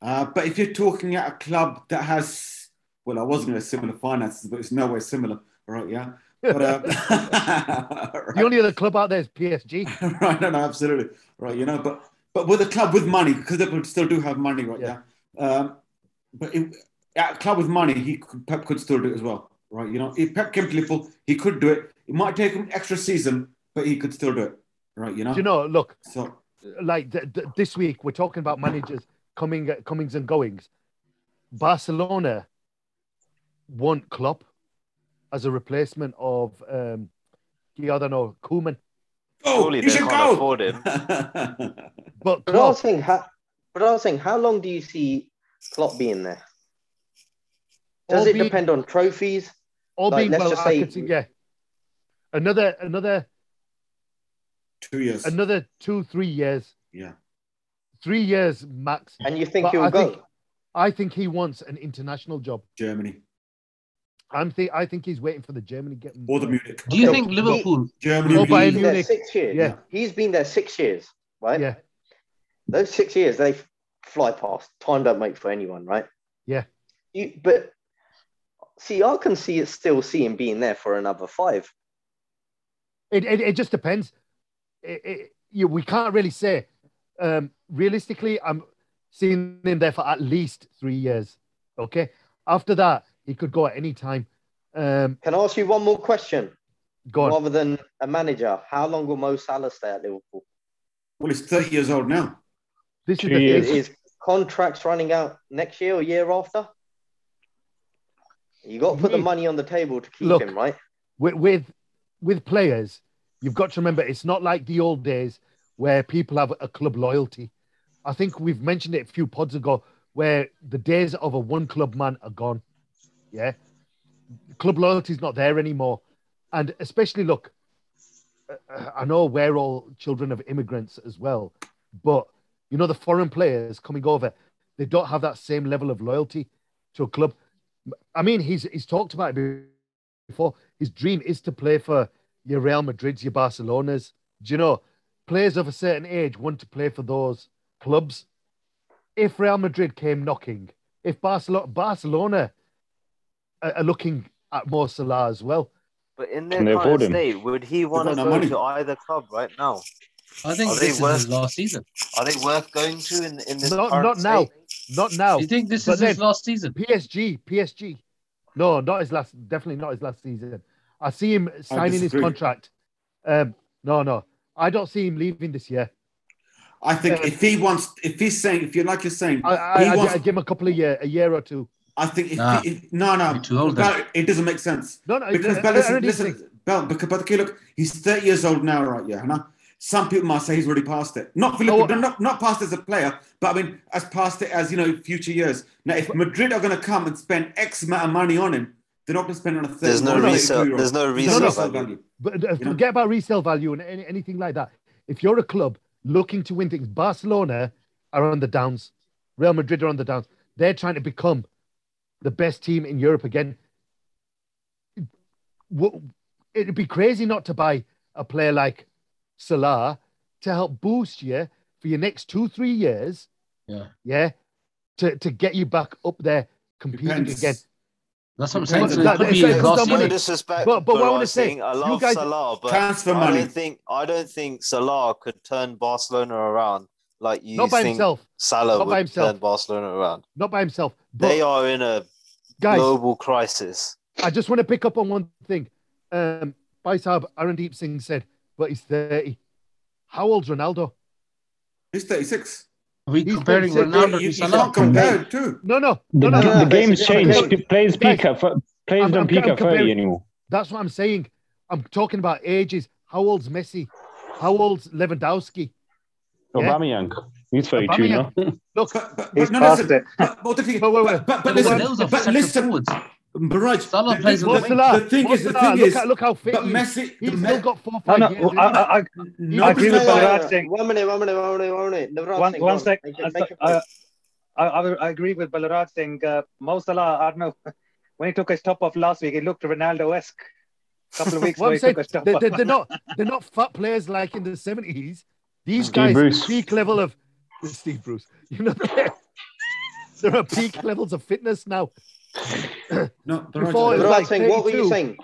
Uh, but if you're talking at a club that has, well, I wasn't going to say similar finances, but it's nowhere similar, right? Yeah. But, uh, right.
The only other club out there is PSG.
right, no, no, absolutely, right. You know, but but with a club with money, because they would still do have money, right? Yeah.
Yeah.
Um, but it, at a club with money, he could, Pep could still do it as well, right? You know, if Pep came to Liverpool, he could do it. It might take him extra season, but he could still do it, right? You know.
Do
Uh-huh.
you know? Look,
So
like th- th- this week we're talking about managers coming uh, comings and goings. Barcelona want Klopp as a replacement of um, Giordano Koeman,
go.
Surely
oh, you
they
should
can't
go.
afford him.
but
But I
Klopp
was saying, how, but I was saying, how long do you see Klopp being there? Does
Or
it
being-
depend on trophies?
All
Like,
being
let's
well,
just
I
say-
could see, yeah. Another, another,
Two years.
another two, three years.
Yeah.
Three years max.
And you think
But
he'll
I
go?
think- I think he wants an international job.
Germany
I'm think I think he's waiting for the Germany get.
or the Munich.
Do you
Okay.
think Liverpool?
Germany.
Or
would
Bayern
be-
He's there
Munich.
six years.
Yeah.
He's been there six years, right?
Yeah.
Those six years, they fly past. Time don't wait for anyone, right?
Yeah.
You, but see, I can see it still see him being there for another five.
It, it, it just depends. It, it, you, we can't really say. Um, realistically, I'm seeing him there for at least three years. Okay. After that, he could go at any time. Um,
Can I ask you one more question?
go on.
rather than a manager. How long will Mo Salah stay at Liverpool?
Well, he's thirty years old now.
this
two
is the thing.
years.
Is, is contracts running out next year or year after? You got to put the
Ye-
money on the table to keep
Look.
him, right?
with with with players, You've got to remember, it's not like the old days where people have a club loyalty. I think we've mentioned it a few pods ago where the days of a one club man are gone. Yeah. Club loyalty's not there anymore. And especially, look, uh, I know we're all children of immigrants as well, but you know, the foreign players coming over, they don't have that same level of loyalty to a club. I mean, he's, he's talked about it before. His dream is to play for your Real Madrids, your Barcelonas. Do you know, players of a certain age want to play for those clubs. If Real Madrid came knocking, if Barcelona, Barcelona are, are looking at Mo Salah as well.
But in
Can they
their
afford
current
him?
state, would he want
got
to
no
go
money.
to either club right now?
I think
Are they
this is
worth-
his last season.
Are they worth going to in, in this
Not-
current
not now.
state?
Not
Oh,
now.
You think this
But
is his
then-
last season?
PSG, PSG. No, not his last. Definitely not his last season. I see him signing his
disagree.
contract. Um, no, no, I don't see him leaving this year.
I think
Yeah.
if he wants, if he's saying, if you're like you're saying,
I, I,
he
I,
wants,
I give him a couple of year, a year or two.
I think if,
Nah.
he, if no, no,
You're too old
Bell, it doesn't make sense
No, no,
because
I-
Bell,
Oh, I
listen,
already
listen,
think-
Bell, because but okay, look, he's 30 years old now, right? Yeah, and some people might say he's already past it. Not Philippe,
Oh,
not, not not past as a player, but I mean as past it as you know future years. Now, if Madrid are going to come and spend X amount of money on him, they're not going to spend on a 30
There's no
€32
resale-
€32.
there's no
resale
value.
But uh,
You know?
forget about resale value and any, anything like that. If you're a club looking to win things, Barcelona are on the downs. Real Madrid are on the downs. They're trying to become the best team in Europe again. Wo- It'd be crazy not to buy a player like Salah to help boost you for your next two, three years.
Yeah.
Yeah. To, to get you back up there competing
Depends.
again.
That's what I'm saying.
Depends
on-
So it
that-
could be
it's-
his
it's
last
not money.
season.
No disrespect,
But- but what I wanna
I'm
say,
saying, I
you
love
guys-
Salah, but
Transfer
I
money.
don't think I don't think Salah could turn Barcelona around like you
Not by
think
himself.
Salah
Not by
would
himself.
turn Barcelona around.
Not by himself. But
they are in a
guys,
global crisis.
I just want to pick up on one thing. Um, Baisab Arandeep Singh said, but he's 30. How old's Ronaldo?
He's 36.
Are we
He's
comparing
36.
Ronaldo
you,
to
you
Salah?
can't compare it too.
No, no, no,
The,
no.
the-
no.
the game's
I'm
changed.
comparing-
Players
Guys,
peak at fir- players
I'm-
don't
I'm-
peak
I'm
at thirty
comparing-
anymore.
That's what I'm saying. I'm talking about ages. How old's Messi? How old's Lewandowski? Yeah.
Aubameyang, he's thirty-two now.
Look,
But, but,
He's
but no,
past
listen.
it.
But, but, the thing-
Wait, wait, wait.
but, but, but
But the levels
listen.
of
But
centre
listen.
forwards.
Barrage.
Salah
the,
plays
the,
on the
the,
wing.
Salah,
thing
Mo
is, the
Salah,
thing
look,
is,
how- look how fit
but
he is.
Messi,
He's
the
still
Me-
got four,
No,
five
Oh, no,
years. in him.
I, I, I,
no,
I
but
agree
no,
with
no,
Bharat
no.
Singh.
One minute, one minute, one minute, one minute. Navrat
One,
Singh, go one on.
sec.
Make
I,
it, make it
I,
quick.
I, I agree with Balarat Singh. Uh, Mo Salah, I don't know. When he took his top off last week, he looked Ronaldo-esque. A couple of weeks
What
ago,
I'm
he
saying,
took his top
they,
off.
they, they're not they're not fat players like in the 70s. These
Steve
guys
Bruce.
peak level of Steve Bruce. You know, they're- there are peak levels of fitness now.
no, Barrage,
Before-
Barrage,
Navrat
like
Singh, what were you
32.
saying?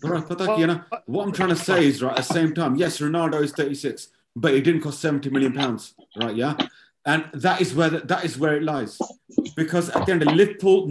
Barrage, Pataki, you know, what I'm trying to say is, right, at the same time, yes, Ronaldo is 36, but it didn't cost 70 million pounds, right? Yeah. And that is where the, that is where it lies. Because at the end, Liverpool,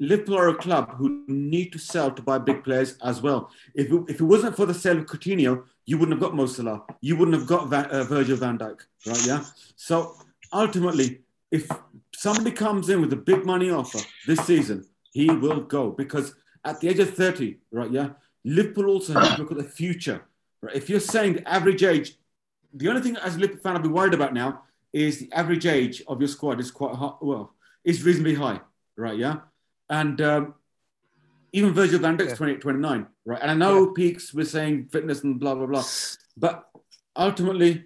Liverpool are a club who need to sell to buy big players as well. If it, if it wasn't for the sale of Coutinho, you wouldn't have got Mo Salah. You wouldn't have got Van, uh, Virgil van Dijk, right? Yeah. So ultimately, if somebody comes in with a big money offer this season, he will go because at the age of 30, right? Yeah. Liverpool also have to look at the future. Right? If you're saying the average age, the only thing as a Liverpool fan I'd be worried about now is the average age of your squad is quite high. Well, is reasonably high, right? Yeah. And um, even Virgil van Dijk's
Yeah.
28, 29, right? And I know peaks were saying fitness and blah, blah, blah. But ultimately,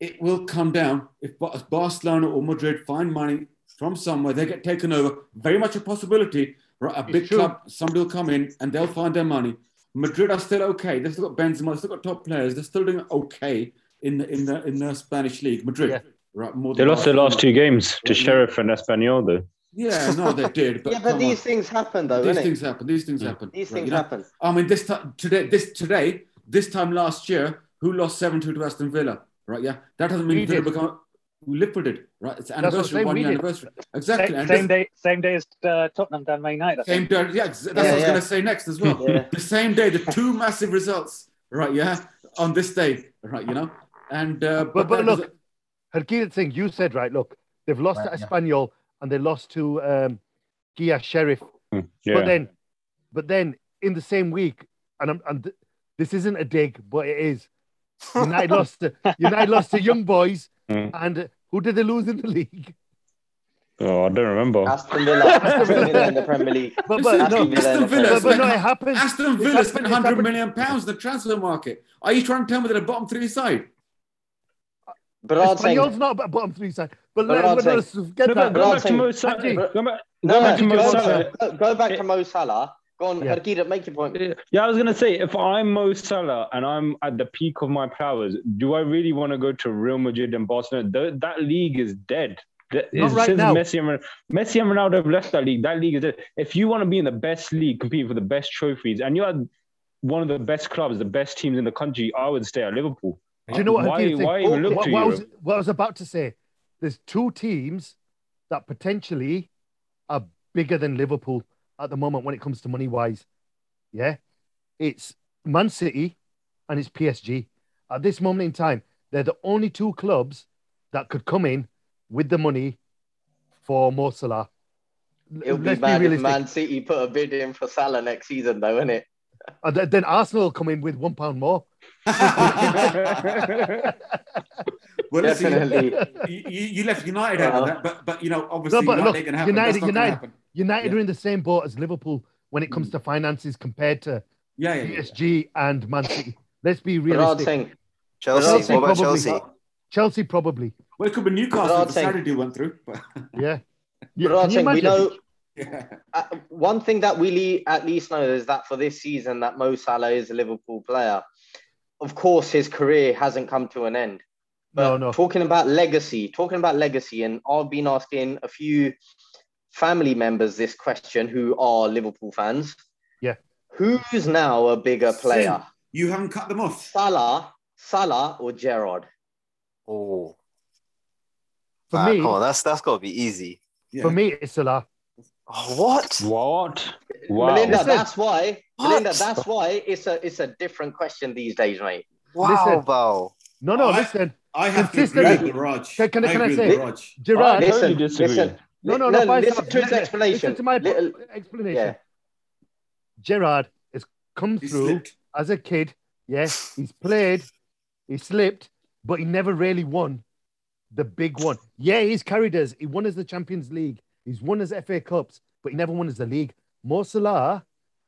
it will come down if Bar- Barcelona or Madrid find money from somewhere, they get taken over. Very much a possibility. Right, a big
true.
club, somebody will come in and they'll find their money. Madrid are still okay. They've still got Benzema, they've still got top players. They're still doing okay in the in the in the Spanish league. Madrid,
Yeah.
right? More
They
than
lost their last two
Barcelona.
games to
Yeah.
Sheriff and Espanyol, though.
Yeah, no, they did. But
yeah, but
come
these
on.
things happen, though,
these
innit?
things happen. These things
Yeah.
happen.
These
right,
things
you know?
happen.
I mean, this time today, this today, this time last year, who lost seven two to Aston Villa, right? Yeah, that doesn't mean
We
Villa
did.
become Liverpool did, right? It's
what I'm
anniversary,
saying,
one
we
year
did.
anniversary, exactly.
Same,
and
same
this-
day, same day as uh, Tottenham done Man United. I
same
think.
day, yeah, ex- that's what I was
Yeah,
gonna say next as well.
Yeah.
The same day, the two massive results, right? Yeah, on this day, right? You know, and uh,
But, but
that was-
look, Hargeet Singh, you said right. Look, they've lost
Right,
to
yeah.
Espanyol and they lost to um, Gia Sheriff.
Yeah.
But then, but then in the same week, and I'm, and th- This isn't a dig, but it is. United lost. To, United lost to Young Boys,
Mm.
and who did they lose in the league?
Oh, I don't remember.
Aston Villa, Aston Villa in the Premier League.
But but no,
Aston Villa in the Premier
Aston
but,
Villa.
League.
but no, it happens.
Aston
It's
Villa
happened-
spent
it's
100
happened-
million pounds in the transfer market. Are you trying to tell me they're a bottom three side?
But I'm
Espanyol's
saying,
not a bottom three side.
But
But let,
I'll
let us get
No, but
that.
go
Well,
back to
I'll
Mo
take-
Salah.
Andy.
Go back,
No,
go
no,
back to Mo
go, back,
Salah.
go- go back to Mo Salah. Go on,
Yeah.
Hargeet, make your point.
Yeah, I was gonna say if I'm Mo Salah and I'm at the peak of my powers, do I really want to go to Real Madrid and Barcelona? Th- that league is dead. That
Not
is-
right
since
now.
Messi and, Ron- Messi and Ronaldo have left that league. That league is dead. If you want to be in the best league, competing for the best trophies, and you're one of the best clubs, the best teams in the country, I would stay at Liverpool.
Do you know what I
Why,
do think?
why even look
what,
to
what I
Europe?
was, what I was about to say, there's two teams that potentially are bigger than Liverpool at the moment when it comes to money wise. Yeah. It's Man City and it's PSG. At this moment in time, they're the only two clubs that could come in with the money for Mo Salah. L-
It'll be
let's
bad if
realistic.
Man City put a bid in for Salah next season, though, isn't it?
And th- Then Arsenal will come in with one pound more.
well, listen, you-
Definitely.
you, you left United out of that, but but you know obviously
No, but
United
look,
ain't gonna happen.
United-
That's not
United-
gonna happen.
United
Yeah.
are in the same boat as Liverpool when it
Mm.
comes to finances compared to
Yeah, yeah, yeah.
PSG and Man City. Let's be
But I'm
realistic.
saying,
Chelsea.
Chelsea
what about
probably.
Chelsea?
Chelsea probably.
Well, it could be
But
Newcastle.
I'll
if The
take-
Saturday went through. But,
Yeah.
but
yeah.
I'm saying we know
yeah.
uh, one thing that we le- at least know is that for this season that Mo Salah is a Liverpool player. Of course, his career hasn't come to an end.
No, no.
Talking about legacy, talking about legacy, and I've been asking a few family members this question who are Liverpool fans.
Yeah.
Who's now a bigger player?
You haven't cut them off.
Salah, Salah or Gerard?
Oh,
For
ah,
me-
come on, that's that's got to be easy.
Yeah.
For me, it's Salah.
Oh, what?
what? Wow.
Melinda,
Listen.
that's why.
What?
Melinda, that's why it's a it's a different question these days, mate.
Wow,
Listen.
wow.
No, no,
I-
listen.
I have to agree
Consistently.
with Raj.
Can- can I- can I
agree
say-
with Raj.
Gerard.
I totally disagree.
no, no, no.
li-
Faisal,
listen to his
listen-
explanation.
Listen to my
Little-
explanation.
yeah.
Gerard has come
He
through
slipped.
as a kid. Yeah. He's played. He slipped, but he never really won the big one. Yeah, he's carried us. He won as the Champions League. He's won as FA Cups, but he never won as the league. Mo Salah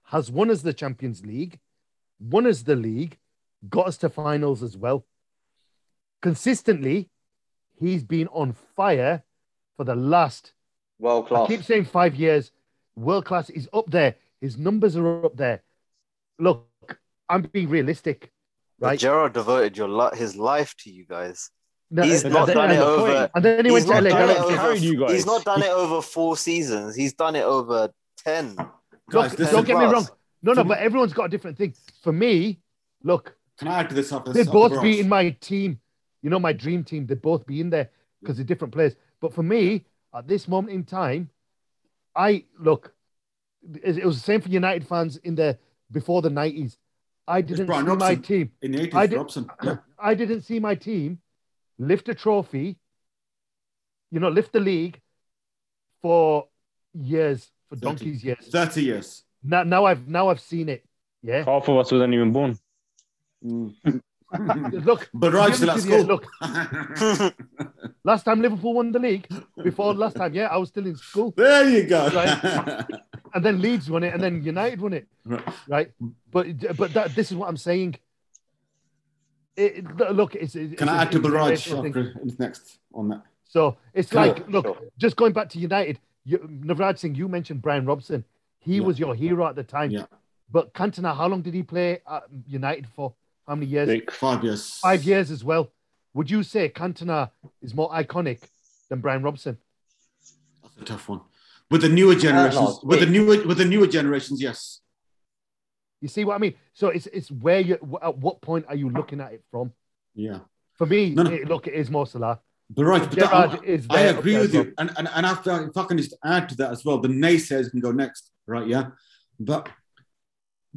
has won as the Champions League, won as the league, got us to finals as well. Consistently, he's been on fire for the last
World
I
class.
keep saying five years. World class is up there. His numbers are up there. Look, I'm being realistic,
But
right?
Gerard devoted your li- his life to you guys.
No,
He's
and
not
then-
done it
and-
over.
And then he went to
He's not
LA
done it
Galaxy.
over.
Carried you guys.
He's not done it over four seasons. He's done it over ten.
Guys,
Don't,
this
don't
is
get me
Plus.
wrong. No, no,
For-
but everyone's got a different thing. For me, look,
Can I add to this after
they
this?
both be in my team. You know, my dream team. They both be in there because they're different players. But for me, at this moment in time, I look. It it was the same for United fans in the before the nineties. I didn't
Brian
see my
Robson.
team.
in the 80s,
I did-
Robson. Yeah.
I didn't see my team lift a trophy, you know, lift the league for years, for
Thirty.
donkey's years.
30 years.
Now, now I've now I've seen it. Yeah.
Half of us wasn't even born.
Look,
but Raj
Mm. to be
still at
honest with you,
school.
look, last time Liverpool won the league, before last time, yeah, I was still in school,
there you go.
Right. and then Leeds won it, and then United won it,
Right.
right? But but that this is what I'm saying. It, it- look, it's, it's
Can I add to
it's a
Barrage
generational thing.
after it's next on that?
So it's
Sure,
like, look,
sure.
just going back to United, you, Navraj Singh, you mentioned Brian Robson. He
Yeah.
was your hero at the time.
Yeah.
But Cantona, how long did he play at United for? How many years?
Like,
Five years.
Five years as well. Would you say Cantona is more iconic than Brian Robson?
That's a tough one. With the newer generations, with the
wait.
newer with the newer generations, yes.
You see what I mean? So it's it's where you at what point are you looking at it from?
Yeah.
For me,
No, no.
it, look, it is Mo Salah.
But right, but that-
Gerrard is
I
there up
agree
there
with
as well.
you. And, and and after if I can just add to that as well, the naysayers can go next, right? Yeah. But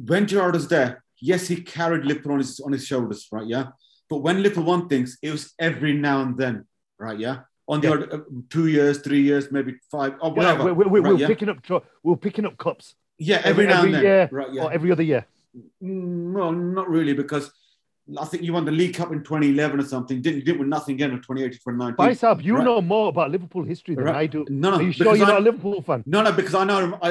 when Gerard was there, yes, he carried Liverpool on his on his shoulders, right? Yeah. But when Liverpool won things, it was every now and then, right? Yeah. On the
Yeah.
odd, uh, two years, three years, maybe five, or
You know,
whatever.
we're, we're,
right,
we're
yeah?
picking up tro- we're picking up cups
yeah, every,
every-
now
every
and then.
year
right, yeah.
or every other year.
Mm, Well, not really, because I think you won the League Cup in 2011 or something. Didn't didn't win nothing again in 2018, 2019.
Bicep, you
Right.
know more about Liverpool history than
Right.
I do.
No, no.
Are you sure
because
you're
I-
not a Liverpool fan?
No, no, because I know I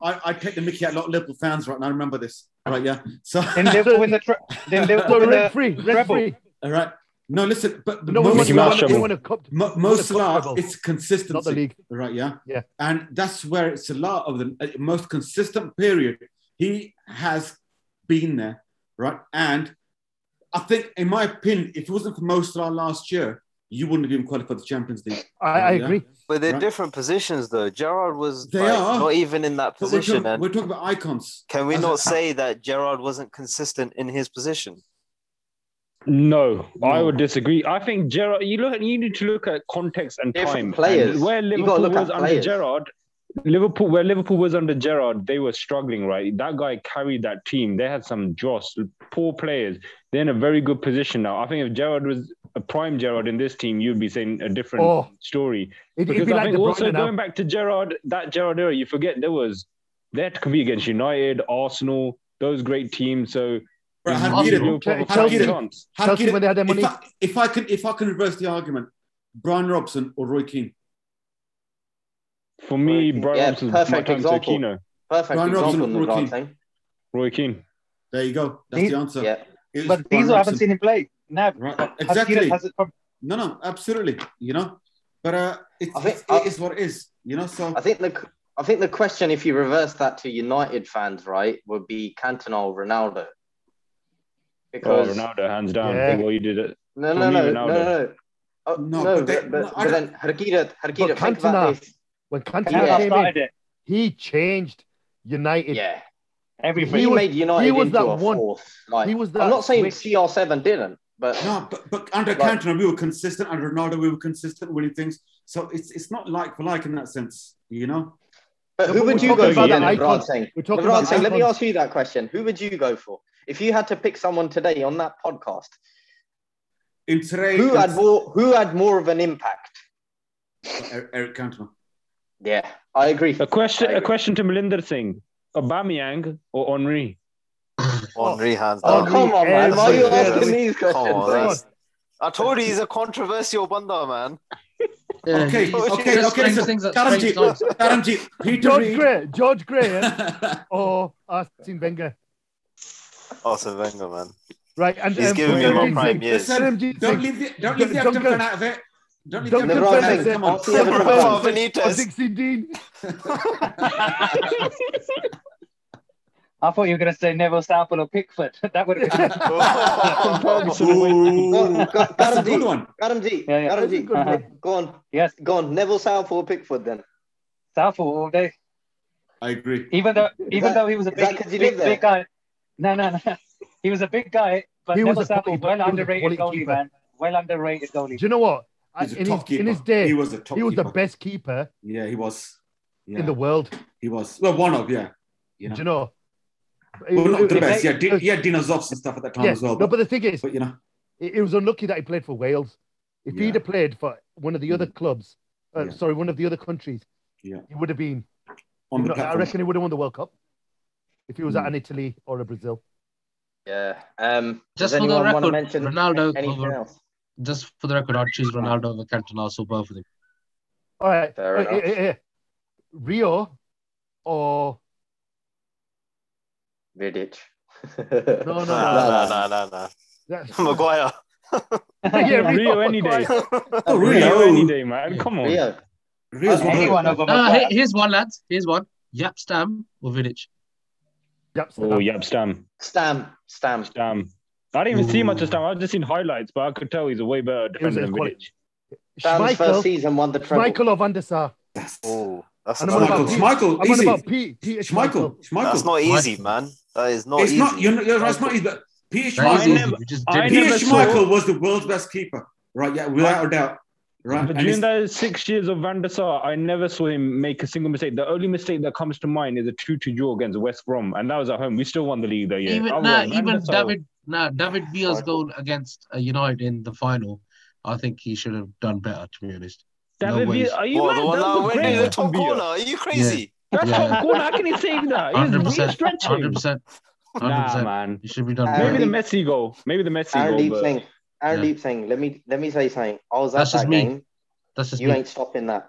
I, I, I take the Mickey at a lot of Liverpool fans right now. I remember this. Right, yeah. So
Then Liverpool win the tre- then Liverpool
So
win
rent
the
free, rent
treble.
free.
all right. No, listen, but but
No, we
Mo
won,
Mickey
we
Mouse
won,
Salah,
we
treble.
won a cup,
Mo, Mo
the cup
Salah,
treble,
it's consistency.
not the league.
Right, yeah.
Yeah.
And that's where Salah of the uh, most consistent period he has been there, right? And I think, in my opinion, if it wasn't for Mo Salah last year, you wouldn't have even qualified for the Champions League.
I, I
Yeah.
agree.
But they're
Right.
different positions, though. Gerard was
They
like,
are.
not even in that
But we're
position.
talking,
and
we're talking about icons.
can we
As
not
a-
say that Gerard wasn't consistent in his position?
No, I
No.
would disagree. I think Gerard. You look. You need to look at context and
Different
time.
players.
And where
You gotta
Liverpool
look at
was under
players.
Gerard. Liverpool, where Liverpool was under Gerard, they were struggling. Right, that guy carried that team. They had some dross, poor players. They're in a very good position now. I think if Gerard was a prime Gerard in this team, you'd be saying a different
Oh.
story.
It,
Because
it'd be
I
like
think
the
also
Bruyne now.
going back to Gerard, that Gerard era, you forget there was they had to compete against United, Arsenal, those great teams.
Right,
So you-
Harry
you
Keenan,
Liverpool
Harry
proper
Keenan.
chance.
How
Mm-hmm. Chelsea
can-
when they had their
if
money.
I, if I can, if I can reverse the argument, Brian Robson or Roy Keane.
For me,
Roy
Brian
Keane. Yeah,
Robson's
perfect
my takes
example.
Aquino.
Perfect
Ryan
example
Robson,
of what I'm
rookie.
saying.
Roy Keane.
There you go. That's
These-
the answer.
Yeah.
It was
But
Brian
these I haven't
Robson.
seen him play. Now,
Right, exactly.
Has it from,
No, no, absolutely. You know, but uh, it's,
I think-
it's, it is what it is. You know, so
I think the I think the question, if you reverse that to United fans, right, would be Cantona or Ronaldo.
Oh,
Because
Ronaldo, hands down.
Yeah.
Well, you did it.
No,
For
no,
me,
no, no,
Ronaldo.
no, no. Oh,
No,
no,
but
but,
they-
but,
no, I
but
don't-
then Harkira, Harkira,
But
think about
Cantona-
this.
When Cantona
Yeah.
Cantona
came in,
started it.
he changed United.
Yeah,
Everything.
he,
was-
made United
he was
into
that
a
one-
force. Like,
he was that
I'm not saying
switch.
CR7 didn't, but
no, but, but under
Right.
Cantona we were consistent. Under Ronaldo we were consistent winning things. So it's it's not like for like in that sense. You know,
but who
We're
would you
talking
go for
about
then, Livrad
icons.
Singh?
We're talking
Livrad
about
Singh, let me
icons.
ask you that question. Who would you go for if you had to pick someone today on that podcast?
in today's
Who had more? Who had more of an impact?
Eric, Er-, Eric Cantona.
Yeah, I agree.
A question,
I
a
agree.
question to Melinder Singh: Aubameyang or Henri?
Henri hands
Oh,
down.
Henri,
come on, man! Why are you
everywhere.
asking these
Come
questions?
on,
man?
that's- I told you he's a controversial bunda, man.
Yeah,
Okay,
he-
he's-
okay,
just
okay.
brings
So
things at
Karanji,
straight times.
Karanji, Peter
George
Reid.
Gray, George Graham or Arsene Wenger.
Arsene Oh, Wenger, man.
Right, and
He's
um,
giving
Karim
me my
Jean
prime
Singh.
years.
Listen,
Karim Jean
don't leave the don't leave the
Duncan-
Everton fan out of it. Don't leave the
Duncan
Everton fan out of
Ferguson.
it. Come on.
Obviously, Everton
Come on.
fan.
Rafael
or
Benitez.
Dixie Dean.
I thought you were going to say Neville Sample or Pickford. that would have been.
Ferguson
Ooh,
Go- go-
that's a
Karanji.
good one.
Karamji,
Yeah, yeah.
That's a good
Karamji,
Uh-huh.
one.
go on,
Yes,
go on. Neville Southall, Pickford then.
Sample all day.
I agree.
Even though, even
that-
though he was a
is that
big,
'cause you
big,
live there?
big guy. No, no, no. He was a big guy, but
He was
Neville
a quality-
Sample, well
he was a
underrated
quality
goalie,
keeper.
man. Well underrated
Do
goalie.
you know what? I-
He's a
In
top
his,
keeper.
in his day,
he
he was,
was a top
the
keeper.
best keeper
Yeah, he was. Yeah,
in the world.
he was. Well, one of yeah. You know,
Do you know?
well, not the
If
best.
they-
Yeah, Di- yeah, Dino Zoffs and stuff at that time
Yeah,
as well.
no,
But,
but the thing is,
but you know,
it, it was unlucky that he played for Wales. If
Yeah. Mm.
he'd have played for one of the other clubs, uh,
Yeah.
sorry, one of the other countries,
Yeah.
he would have been.
on the
you know, I
platform.
reckon he would have won the World Cup if he was
Mm.
at an Italy or a Brazil.
Yeah. Um, does
Just for the
anyone want to
record,
mention
Ronaldo
anything
over-
else?
Just for the record, I'd choose Ronaldo over Cantona, so both of them.
All right,
Fair
uh,
enough.
uh, uh, uh, Rio or
Vidic.
no, no, no.
Nah, nah, nah, nah, nah.
that's-
Maguire.
yeah,
Rio any day.
Maguire.
oh,
Rio any
Rio.
day, man.
Yeah.
Come on.
Rio.
Rio's one
anyone
of
over
Uh,
Maguire.
he- here's one, lads. Here's one. Yap Stam or Vidic.
Yep, so
Oh, yep, Stam.
Stam. Stam.
Stam. I didn't even see much
Ooh.
of Stam. I've just seen highlights, but I could tell he's a way better
It was
defender
a
than
quality.
Vidic.
Stam's first
Schmeichel,
season won the treble.
Schmeichel or Van der Sar.
that's
Oh, that's
And I'm on
another
Schmeichel.
about
one.
Pete. I'm on about Pete,
Schmeichel. Easy.
Peter
Schmeichel.
Schmeichel.
That's
Schmeichel.
not easy,
Michael.
man. That is not
It's
easy.
not. You're not. You're right, it's not easy. But Peter
That is
I
easy.
Schmeichel.
never-
We just
I
did
Peter
never
it.
saw-
Schmeichel was the world's best keeper. Right. Yeah, without a doubt. Right.
But
And
during
it's-
those six years of Van der Sar, I never saw him make a single mistake. The only mistake that comes to mind is a 2 2 draw against West Brom, and that was at home. We still won the league that year.
Even
Otherwise,
nah,
Van der
even
Sar-
David nah, David Villa's
Michael.
goal against uh, United in the final, I think he should have done better. To be honest,
David
no
Villa-
ways.
are you
What,
mad?
the one
That
that
was
went
great
in the
from
top
Villa.
corner? Are you crazy?
That's
Yeah.
top corner. How can he save that? He's
100%.
really stretching.
Hundred percent.
Nah,
100%.
man.
It should be
Uh,
done.
Maybe
right.
the Messi goal. Maybe the Messi
Our
goal.
deep
but-
thing. Our
Yeah.
deep thing. Let me let me say something. I was at
That's
that
just me.
game.
That's just
You
me.
ain't stopping that.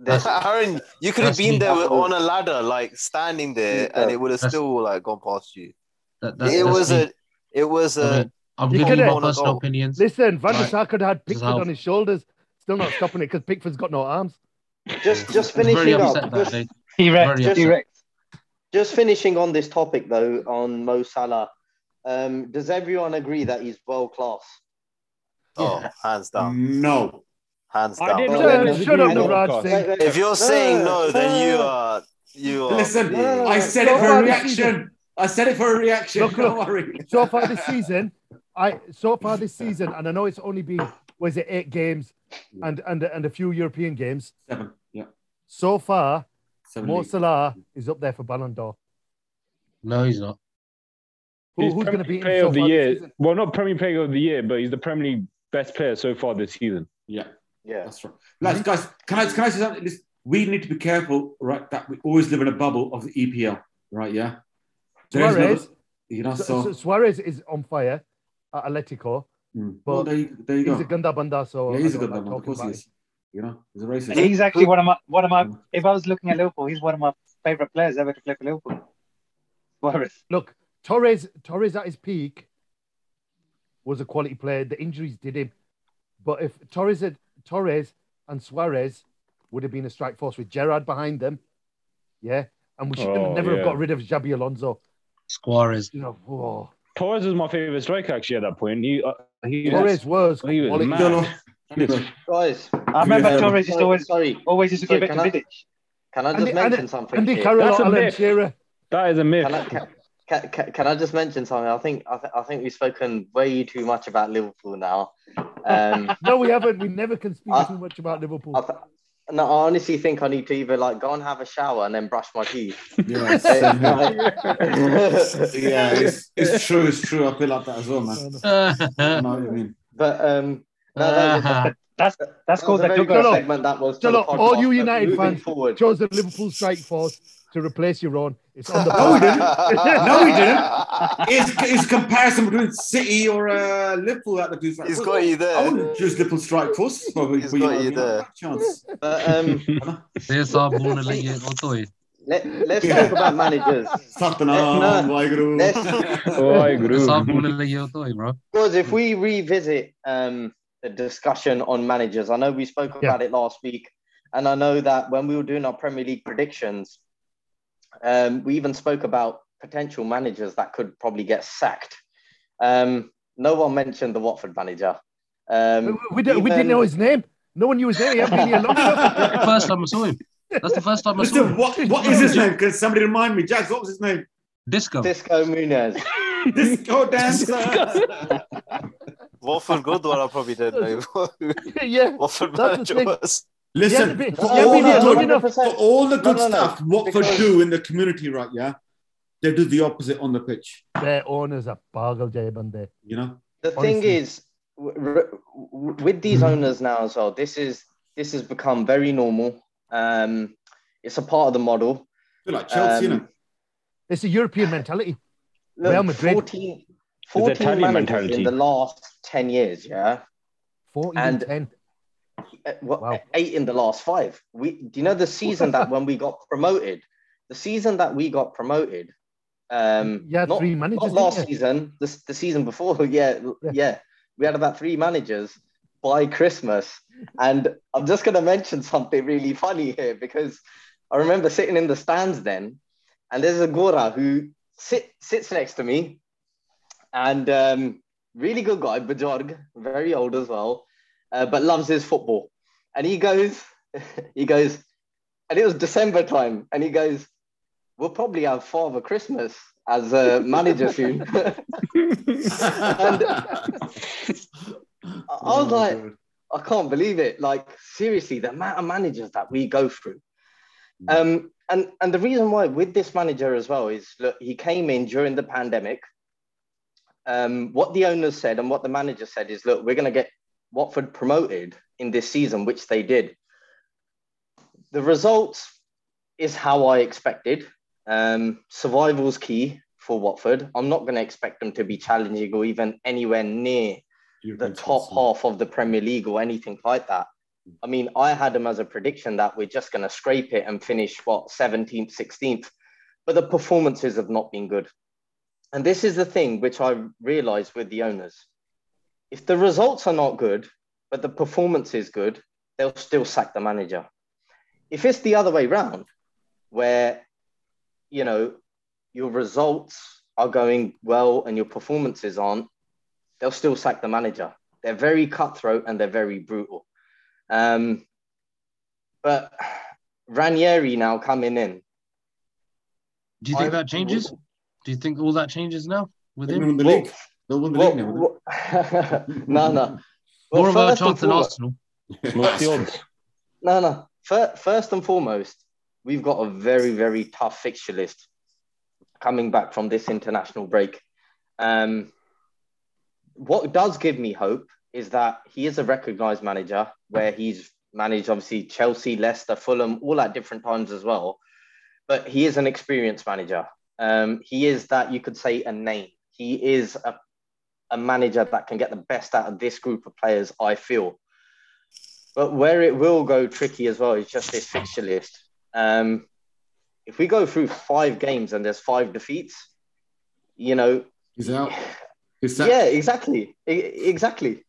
That's-
Aaron, you could have
That's
been
me.
there with, on a ladder, like standing there, and it would have
That's-
still like gone past you.
That, that,
it
that's
was
me.
a, uh, it was
I
a.
mean, I'm
You
giving you
could've-
my personal
Goal.
opinions.
Listen, Van der
Right.
Sar could have had
This is
Pickford
how-
on his shoulders. Still not stopping it because Pickford's got no arms.
Just just
I was
finishing
very
up.
upset that
Just-
day.
Erect,
Very
just
upset.
erect.
Just finishing on this topic though, on Mo Salah, um, does everyone agree that he's world class?
Oh, hands down,
No.
hands
I
down.
didn't
Well,
know
then- uh,
there was a
Shut up,
green
the
podcast.
Raj Singh.
Wait, wait,
If you're
no,
saying no, then you
no.
are, you are.
Listen,
being-
I said
Go
it for
on,
a reaction. I said it for a reaction.
Look,
Don't
look.
worry.
so far this season, I so far this season, and I know it's only been was it eight games and and and a few European games.
Seven. Yeah.
So far,
Seven.
Mo
leagues.
Salah is up there for Ballon d'Or.
No, he's not.
Who-
He's
who's going to
Premier
beat him
Player
so
of the
far this
Year.
season?
Well, not Premier Player of the Year, but he's the Premier League best player so far this season.
Yeah.
Yeah.
That's right.
Mm-hmm.
Lads, guys, can I can I say something? Listen, we need to be careful, right? That we always live in a bubble of the EPL, right? Yeah. There's no-
Suarez,
you know,
Su-
so,
Su- Suarez is on fire at Atletico.
Mm.
but
well, there you, there you
He's
go.
a gunda banda, so
yeah, he's a
I
good
don't like
one. Of
talking
course he
about
is. You know, he's a racist.
He's actually one of my one of my. If I was looking at Liverpool, he's one of my favorite players ever to play for Liverpool. Suarez.
it. Look, Torres, Torres at his peak was a quality player. The injuries did him, but if Torres had Torres and Suarez would have been a strike force with Gerard behind them, yeah, and we should
Oh,
have never
yeah.
have got rid of Xabi Alonso.
Suarez.
You know, whoa.
Torres was my favorite striker actually at that point. He, uh, he
Torres was
he was
quality.
mad.
No, no. Anyway,
Guys,
I remember
Yeah.
Torres used to always
sorry.
always used to give
Sorry,
it to
can I-
Vidic.
Can I just
Andy-
mention
Andy-
something?
Andy
here?
Carroll,
That's a
Alan
myth.
Shearer.
that is a myth.
Can I, can, can, can- can I just mention something? I think I, th- I think we've spoken way too much about Liverpool now. Um,
No, we haven't. We never can speak
I-
too much about Liverpool.
I th- no, I honestly think I need to either like go and have a shower and then brush my teeth.
yeah, same here.
but
yeah, it's, it's true. It's true. I feel like that as well, man. You
no,
know what I mean?
um, no,
Uh,
that was, that
That's
was
that's called
a
that
very
took
good
us.
segment. That was
Jolo,
for the
all
podcast,
you
but
United
moving
fans-
forward.
chose the Liverpool strike force to replace your own. It's on the
No, we
podcast.
didn't. No, we
didn't.
It's, it's comparison between City or uh, Liverpool at the two.
He's got you
I
there.
wouldn't use Liverpool strike forces, but
He's
but you
got
know,
you
you know,
there.
that chance.
But um,
CSR born and late auto.
let, let's
Yeah.
talk about managers.
Satnam,
No.
Waiguru.
Yes.
Oh, I agree.
CSR born and late auto, bro.
Because if we revisit um, the discussion on managers, I know we spoke
Yeah.
about it last week, and I know that when we were doing our Premier League predictions, um, we even spoke about potential managers that could probably get sacked. Um, no one mentioned the Watford manager.
We,
Um,
we, don't- we didn't
even-
know his name. No one knew his name. He hadn't been here long enough.
First time I saw him. That's the first time I saw
Listen,
him.
what, what is his name? Can somebody remind me? Jack, what was his name?
Disco.
Disco Munoz.
Disco dancer.
Watford Gurdwara probably didn't know who
yeah.
Watford
That's the
manager
thing.
was.
Yeah,
Listen,
but-
for,
yeah,
all
but
the
yeah,
good,
you know-
100%.
for all the good
No, no, no.
stuff Watford
Because-
do in the community, right? Yeah, they do the opposite on the pitch.
Their owners are Bargal Jayabande.
You know,
the thing
Honestly.
is w- r- w- with these owners now as well this is this has become very normal um it's a part of the model
feel like Chelsea, you
Um,
know.
It's a European mentality.
Look,
Real Madrid.
14, 14
Italian
managers
mentality.
in the last 10 years yeah
14
And-
10.
Uh, well,
Wow.
eight in the last five we do you know the season that when we got promoted the season that we got promoted um
You had
not,
three managers,
not
didn't
last
you?
season the, the season before yeah,
Yeah.
yeah we had about three managers by christmas and i'm just going to mention something really funny here because i remember sitting in the stands then and there's a gora who sit, sits next to me and um, really good guy bajorg very old as well uh, but loves his football and he goes he goes and it was december time and he goes we'll probably have Father Christmas as a manager soon. I
Oh
I was like, I can't believe it. Like, seriously, the amount of managers that we go through. Um, and, and the reason why with this manager as well is look, he came in during the pandemic. Um, what the owners said and what the manager said is look, we're going to get Watford promoted in this season, which they did. The results is how I expected. Um, survival's key for Watford. I'm not going to expect them to be challenging or even anywhere near the top half of the Premier League or anything like that. I mean, I had them as a prediction that we're just going to scrape it and finish what 17th, 16th, but the performances have not been good. And this is the thing which I realized with the owners. If the results are not good, but the performance is good, they'll still sack the manager. If it's the other way round, where you know your results are going well and your performances aren't, they'll still sack the manager. They're very cutthroat and they're very brutal. Um, but Ranieri now coming in.
Do you think I, that changes? Do you think all that changes now with him?
The league. They'll win the
Well,
league now.
well- no, no. Well,
More of a
first and
chance than
foremost-
Arsenal.
What's the odds?
No, no. Fir- First and foremost, we've got a very, very tough fixture list coming back from this international break. Um, what does give me hope is that he is a recognised manager where he's managed, obviously, Chelsea, Leicester, Fulham, all at different times as well. But he is an experienced manager. Um, he is that you could say a name. He is a, a manager that can get the best out of this group of players, I feel. But where it will go tricky as well is just this fixture list. Um, if we go through five games and there's five defeats, you know,
He's out. He's sacked.
yeah, exactly, E- exactly.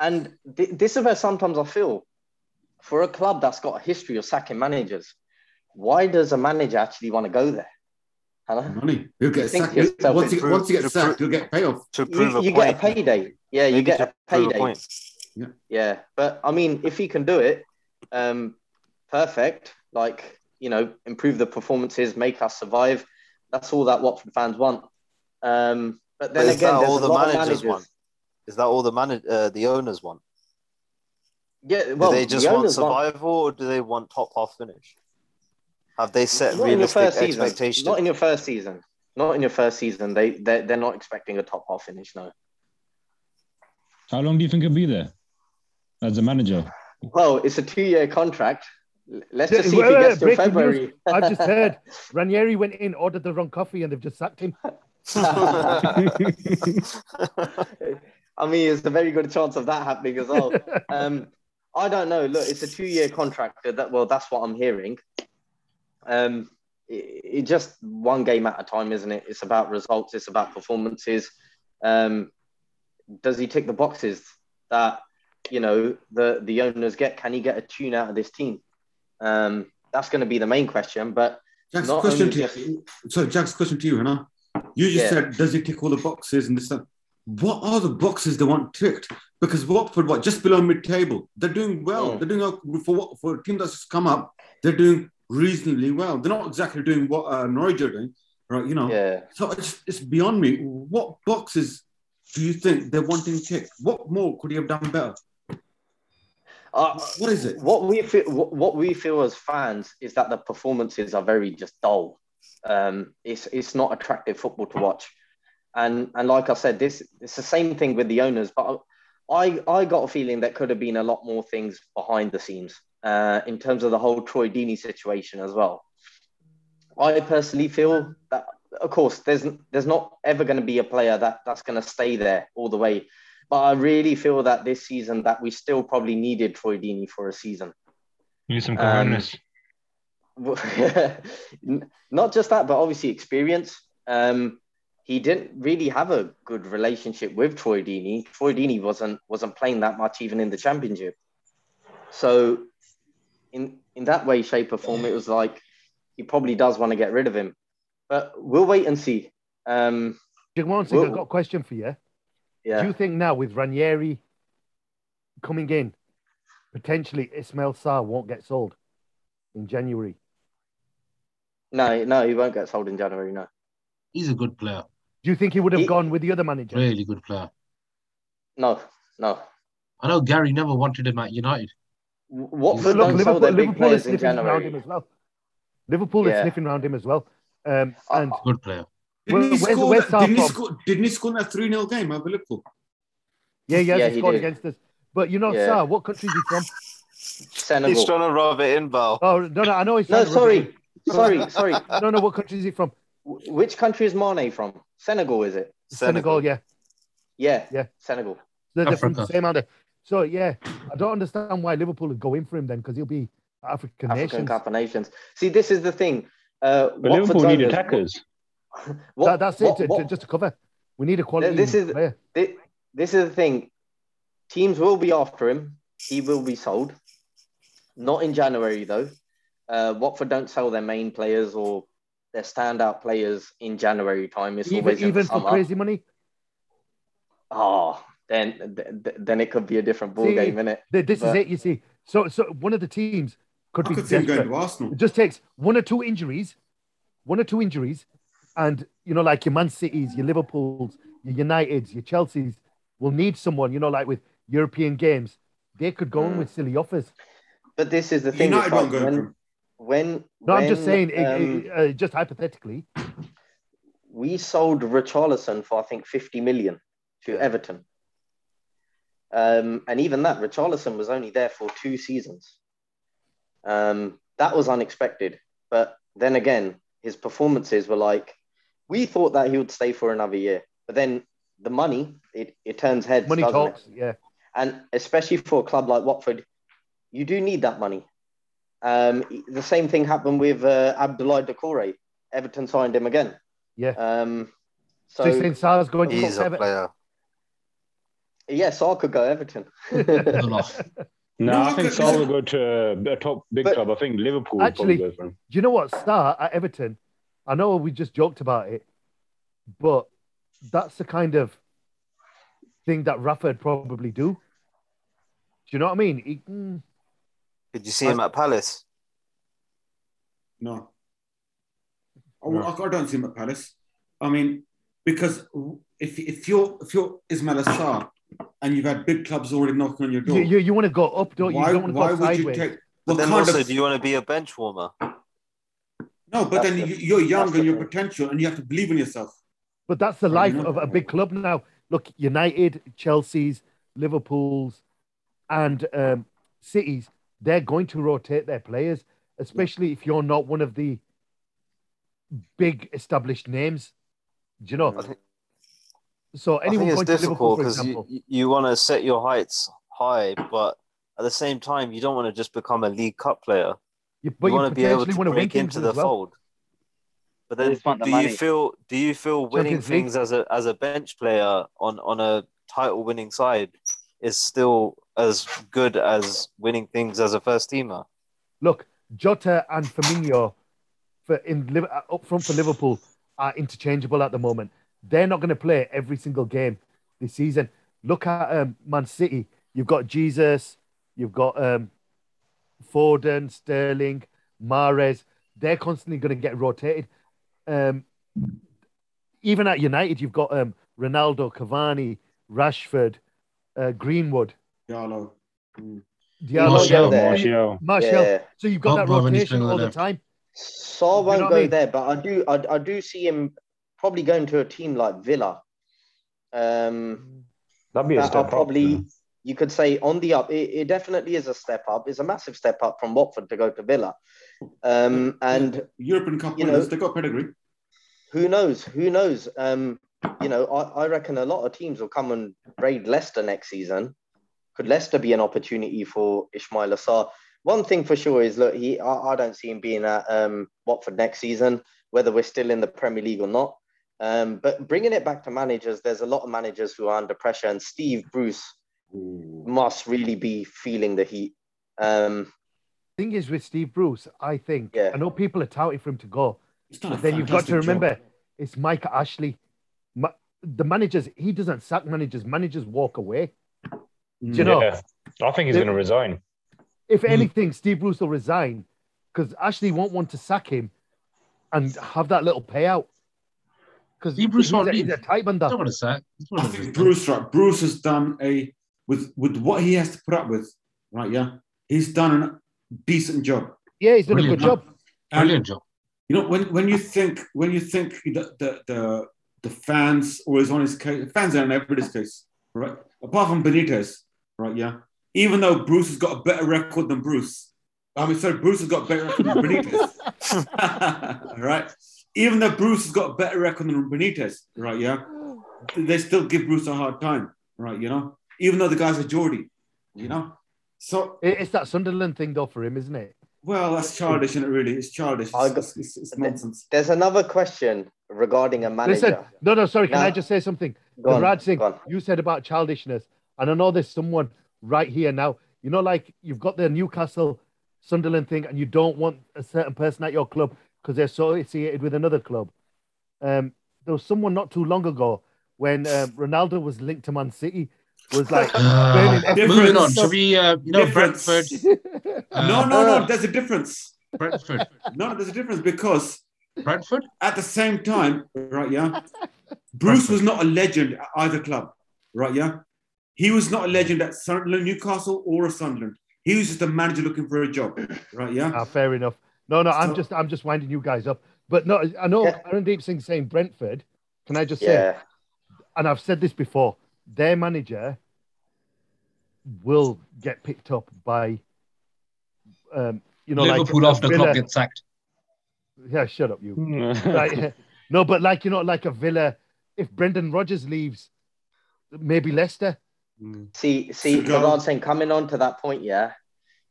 And th- this is where sometimes I feel for a club that's got a history of sacking managers, why does a manager actually want to go there? Hello?
Money. He'll get
Think
sacked.
yourself
Once he,
improve-
once he gets
improve-
sacked, he'll get payoff.
to prove
You,
a
you
point.
get a payday. Yeah, you
Maybe
get
to
a
prove a
payday.
point.
Yeah, but I mean, if he can do it, um, perfect. Like you know, improve the performances, make us survive. That's all that Watford fans want. Um, but then
But is
again,
that
there's
all
a
the
lot of
managers want? Is that all the manage, uh, the owners want?
Yeah,
Do
well,
they just
the
want
owners want
survival, or do they want top half finish? Have they
not
set
in your
realistic
first season.
expectations?
Not in your first season. Not in your first season. They they they're not expecting a top half finish. No.
How long do you think he'll be there as a manager?
Well, it's a two-year contract. Let's
Yeah,
just see if
wait,
he
wait,
gets to
breaking
February.
I've just heard Ranieri went in, ordered the wrong coffee, and they've just sacked him.
I mean, it's a very good chance of that happening as well. Um, I don't know. Look, it's a two-year contract. That well, that's what I'm hearing. Um, it, it just one game at a time, isn't it? It's about results. It's about performances. Um, does he tick the boxes that you know the the owners get? Can he get a tune out of this team? Um, that's going to be the main question. But
Jack's
Not
question
only
to you. Sorry, Jack's question to you, Hannah. You just
Yeah.
said, does he tick all the boxes and this stuff? What are the boxes they want ticked? Because Watford, what just below mid-table, they're doing well.
Mm.
They're doing o- for what for a team that's just come up. They're doing reasonably well. They're not exactly doing what uh, Norwich are doing, right? You know.
yeah,
So it's, it's beyond me. What boxes do you think they're wanting ticked? What more could he have done better?
uh,
What is it?
what we feel what what we feel as fans is that the performances are very just dull um it's it's not attractive football to watch and and like i said this it's the same thing with the owners but i i got a feeling that could have been a lot more things behind the scenes uh in terms of the whole troy deeney situation as well i personally feel that of course there's there's not ever going to be a player that that's going to stay there all the way but I really feel that this season that we still probably needed Troy Deeney for a season.
Need some
Um,
cojones.
N- Not just that, but obviously experience. Um, he didn't really have a good relationship with Troy Deeney. Troy Deeney wasn't wasn't playing that much even in the championship. So in in that way, shape or form, it was like he probably does want to get rid of him. But we'll wait and see. Um,
Jigmon Singh, I've
Whoa.
got a question for you. Do
yeah.
you think now with Ranieri coming in, potentially Ismail Sarr won't get sold in January?
No, no, he won't get sold in January, no.
He's a good player,
Do you think he would have
He-
gone with the other manager?
really good player.
No, no.
I know Gary never wanted him at United.
Watford
look,
But
don't sell
Liverpool,
their big
Liverpool is
players in
sniffing around him
January.
as well. Liverpool is
Yeah. Uh,
sniffing around him as well. Um,
I-
and
Good player.
Didn't
Where-
he
where's-
score?
where's
that, didn't, he
Southport?
score didn't he score in that 3 0 game over Liverpool?
yeah, he
Yeah,
hasn't
he
scored
did.
against us. But you know,
Yeah.
Sarr, what country is he from?
He's
Senegal.
trying to rub it in, Val.
Oh, no, no, I know he's
No,
from-
sorry, sorry, sorry.
No, no, what country is he from?
Wh- Which country is Mane from? Senegal, is it?
Senegal, yeah.
Yeah,
Yeah.
Senegal.
They're, they're from the
Africa.
same aren't they? So yeah, I don't understand why Liverpool would go in for him then because he'll be African,
African
nations.
Cup of Nations. See, this is the thing. Uh,
But
Watford's
Liverpool need
owners-
attackers.
Wa-
That- that's
Wa-
it.
Wa-
ju- Just to cover, we need a quality.
this is-
player.
thi- this is the thing. Teams will be after him. He will be sold. Not in January though. Uh, Watford don't sell their main players or their standout players in January time. It's
even,
always in
even
the
for
summer.
crazy money.
Oh, then th- then it could be a different ball
See,
game, innit?
Th- This is
But-
it. You see, so so one of the teams could
I
be
could see him going to
desperate.
Arsenal.
It just takes one or two injuries, one or two injuries, and you know, like your Man Cities, your Liverpools, your Uniteds, your Chelseas will need someone. You know, like with European games, they could go in
Mm.
with silly offers.
But this is the thing.
United
it's like
won't go
when,
for him.
when
No, I'm just
when,
saying, it,
um,
it, uh, just hypothetically,
we sold Richarlison for I think 50 million to Everton. Um, and even that, Richarlison was only there for two seasons. Um, that was unexpected. But then again, his performances were like, we thought that he would stay for another year. But then the money, it, it turns heads.
money
doesn't it?
talks. Yeah,
and especially for a club like Watford, you do need that money. Um, the same thing happened with uh, Abdoulaye Decore. Everton signed him again.
Yeah.
Um,
so he's
so
saying Salah's going to
He's
cost
a
Everton.
player.
yeah, Saar could go Everton.
There's a lot.
No,
No, I
I
think
could-
Saul will go to uh, a top big
But-
club. I think Liverpool will
Actually-
probably go for him.
Do you know what star at Everton? I know we just joked about it, but that's the kind of thing that Rafford probably do. Do you know what I mean? He- mm,
Did you see him at Palace?
No. I, I don't see him at Palace. I mean, because if, if you're if you're Ismail Assar and you've had big clubs already knocking on your door,
you you, want to go up, don't you?
why,
you don't want to
why
go
would you
sideways.
take?
But
what
then
kind
also,
of-
do you want to be a bench warmer?
no, but
That's
then
the-
you, you're young
that's
and
the
your
thing.
potential, and you have to believe in yourself.
But that's the
Fair
life
Mm-hmm.
enough.
of a big club now. Look, United, Chelsea's, Liverpool's, and um, Cities, they're going to rotate their players, especially if you're not one of the big established names. Do you know?
I think-
so Oh, anyone
Mm-hmm. I
going
think
to
it's
Liverpool, for
difficult because
example,
you, you want to set your heights high, but at the same time, you don't want to just become a League Cup player.
you,
But
but
you,
you,
want to be able
potentially
to
want to win
break
things
into the
as well.
fold. But then,
It's not the
do
money.
you feel do you feel winning
Champions League.
things as a as a bench player on on a title winning side is still as good as winning things as a first teamer?
Look, Jota and Firmino for in Liv- uh, up front for Liverpool are interchangeable at the moment. They're not going to play every single game this season. Look at um, Man City. You've got Jesus, you've got um, Foden, Sterling, Mares. They're constantly going to get rotated. Um, even at United, you've got um, Ronaldo, Cavani, Rashford, uh, Greenwood,
Diallo.
Diallo,
Martial.
there.
Martial.
Martial.
Yeah.
So you've got that
Pogba when he's
rotation
playing on
all
the
the
left.
time.
Saar
You
won't
know what I
go
mean?
there, but I do I, I do see him probably going to a team like Villa. Um,
That'd be a
that
step
are
up.
probably you could say on the up. It, it definitely is a step up. It's a massive step up from Watford to go to Villa. Um, and
European Cup
you know-
winners, they got pedigree.
who knows? Who knows? Um, you know, I, I reckon a lot of teams will come and raid Leicester next season. Could Leicester be an opportunity for Ismail Assar? One thing for sure is look, he I, I don't see him being at um, Watford next season, whether we're still in the Premier League or not. Um, but bringing it back to managers, there's a lot of managers who are under pressure, and Steve Bruce Mm. must really be feeling the heat. Um,
thing is with Steve Bruce, I think
Yeah.
I know people are touting for him to go,
He's done a
but then you've got to
fantastic
remember
job.
it's Mike Ashley. Ma- the managers, he doesn't sack managers. Managers walk away. Do you know?
I think he's
They-
going to resign.
If
Mm.
anything, Steve Bruce will resign because Ashley won't want to sack him and have that little payout. Because
Steve
he's,
Bruce won't
a- he's
leave.
a tight man.
Don't want to sack. It's one
I
of those
think
things.
Bruce, right? Bruce has done a with with what he has to put up with, right? Yeah, he's done a decent job.
Yeah, he's done a
Brilliant
good job.
And
Brilliant job.
you know, when when you think when you think the the the, the fans always on his case, fans are on everybody's case, right? Apart from Benitez, right? Yeah, even though Bruce has got a better record than Bruce, I mean, sorry, Bruce has got a better record than Benitez, right? even though Bruce has got a better record than Benitez, right? Yeah, they still give Bruce a hard time, right? You know, even though the guys are Geordie, you know. So
It- It's that Sunderland thing though for him, isn't it?
well, that's childish, isn't it? Really, it's childish. It's,
I got-
it's, it's, it's nonsense.
There's another question regarding a manager.
Listen, no, no, sorry. Can
No.
I just say something?
Go on,
Raj Singh,
go on.
you said about childishness, and I know there's someone right here now. You know, like you've got the Newcastle Sunderland thing, and you don't want a certain person at your club because they're so associated with another club. Um, there was someone not too long ago when um, Ronaldo was linked to Man City, was like,
Ah,
Difference.
moving on. Should we? Uh, you know,
Difference.
Brentford. uh,
no, no,
Uh-huh.
no. There's a difference.
Brentford.
No, there's a difference because
Brentford.
at the same time, right? Yeah, Bruce was not a legend at either club, right? Yeah, he was not a legend at Sunderland, Newcastle, or Sunderland. He was just a manager looking for a job, right?
Uh,
Yeah.
ah, fair enough. No, no, I'm
So-
just, I'm just winding you guys up. But no, I know
Yeah.
Arandeep Singh saying Brentford. Can I just say?
yeah,
and I've said this before, their manager will get picked up by, um, you know,
Liverpool
like
after
Villa-
Klopp gets sacked.
Yeah, shut up, you. Like, no, but like you know, like a Villa. If Brendan Rodgers leaves, maybe Leicester.
see, see,
Go on.
Bernard saying coming on to that point, yeah.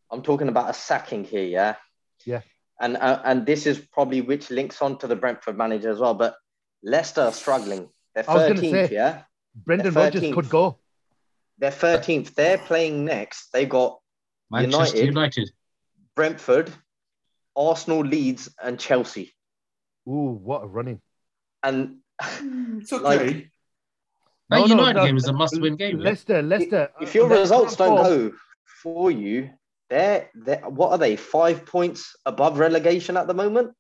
I'm talking about a sacking here, yeah.
Yeah.
And uh, and this is probably which links on to the Brentford manager as well. But Leicester are struggling. They're
I was gonna
13th,
say-
yeah.
Brendan
The
Rodgers
13th.
could go.
They're 13th. They're playing next. They got
Manchester
United.
United.
Brentford, Arsenal, Leeds, and Chelsea.
Ooh, what a running!
And
It's okay.
Like-
No,
That
no,
United
no.
game is a must-win game. yeah?
Leicester, Leicester.
if your
they're
results
top
don't
four.
go for you, they're, they're what are they? Five points above relegation at the moment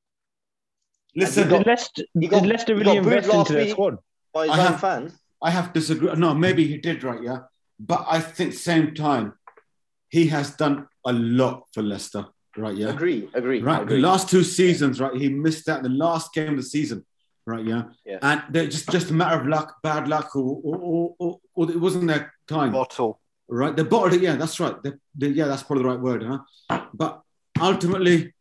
Listen,
got-
Did Leicester,
you got-
did Leicester
you
really
got booed
invest into
last
their
week.
squad?
by his
I
own
have-
fans.
I have disagree. No, maybe he did right, yeah. But I think same time, he has done a lot for Leicester, right? Yeah.
Agree, agree,
Right. The
agree.
last two seasons, right? He missed out the last game of the season, right? Yeah.
Yeah.
And they're just just a matter of luck, bad luck, or or, or, or, or it wasn't their time,
Bottle.
right? They bottled it. Yeah, that's right. They, they, yeah, that's probably the right word, huh? But ultimately,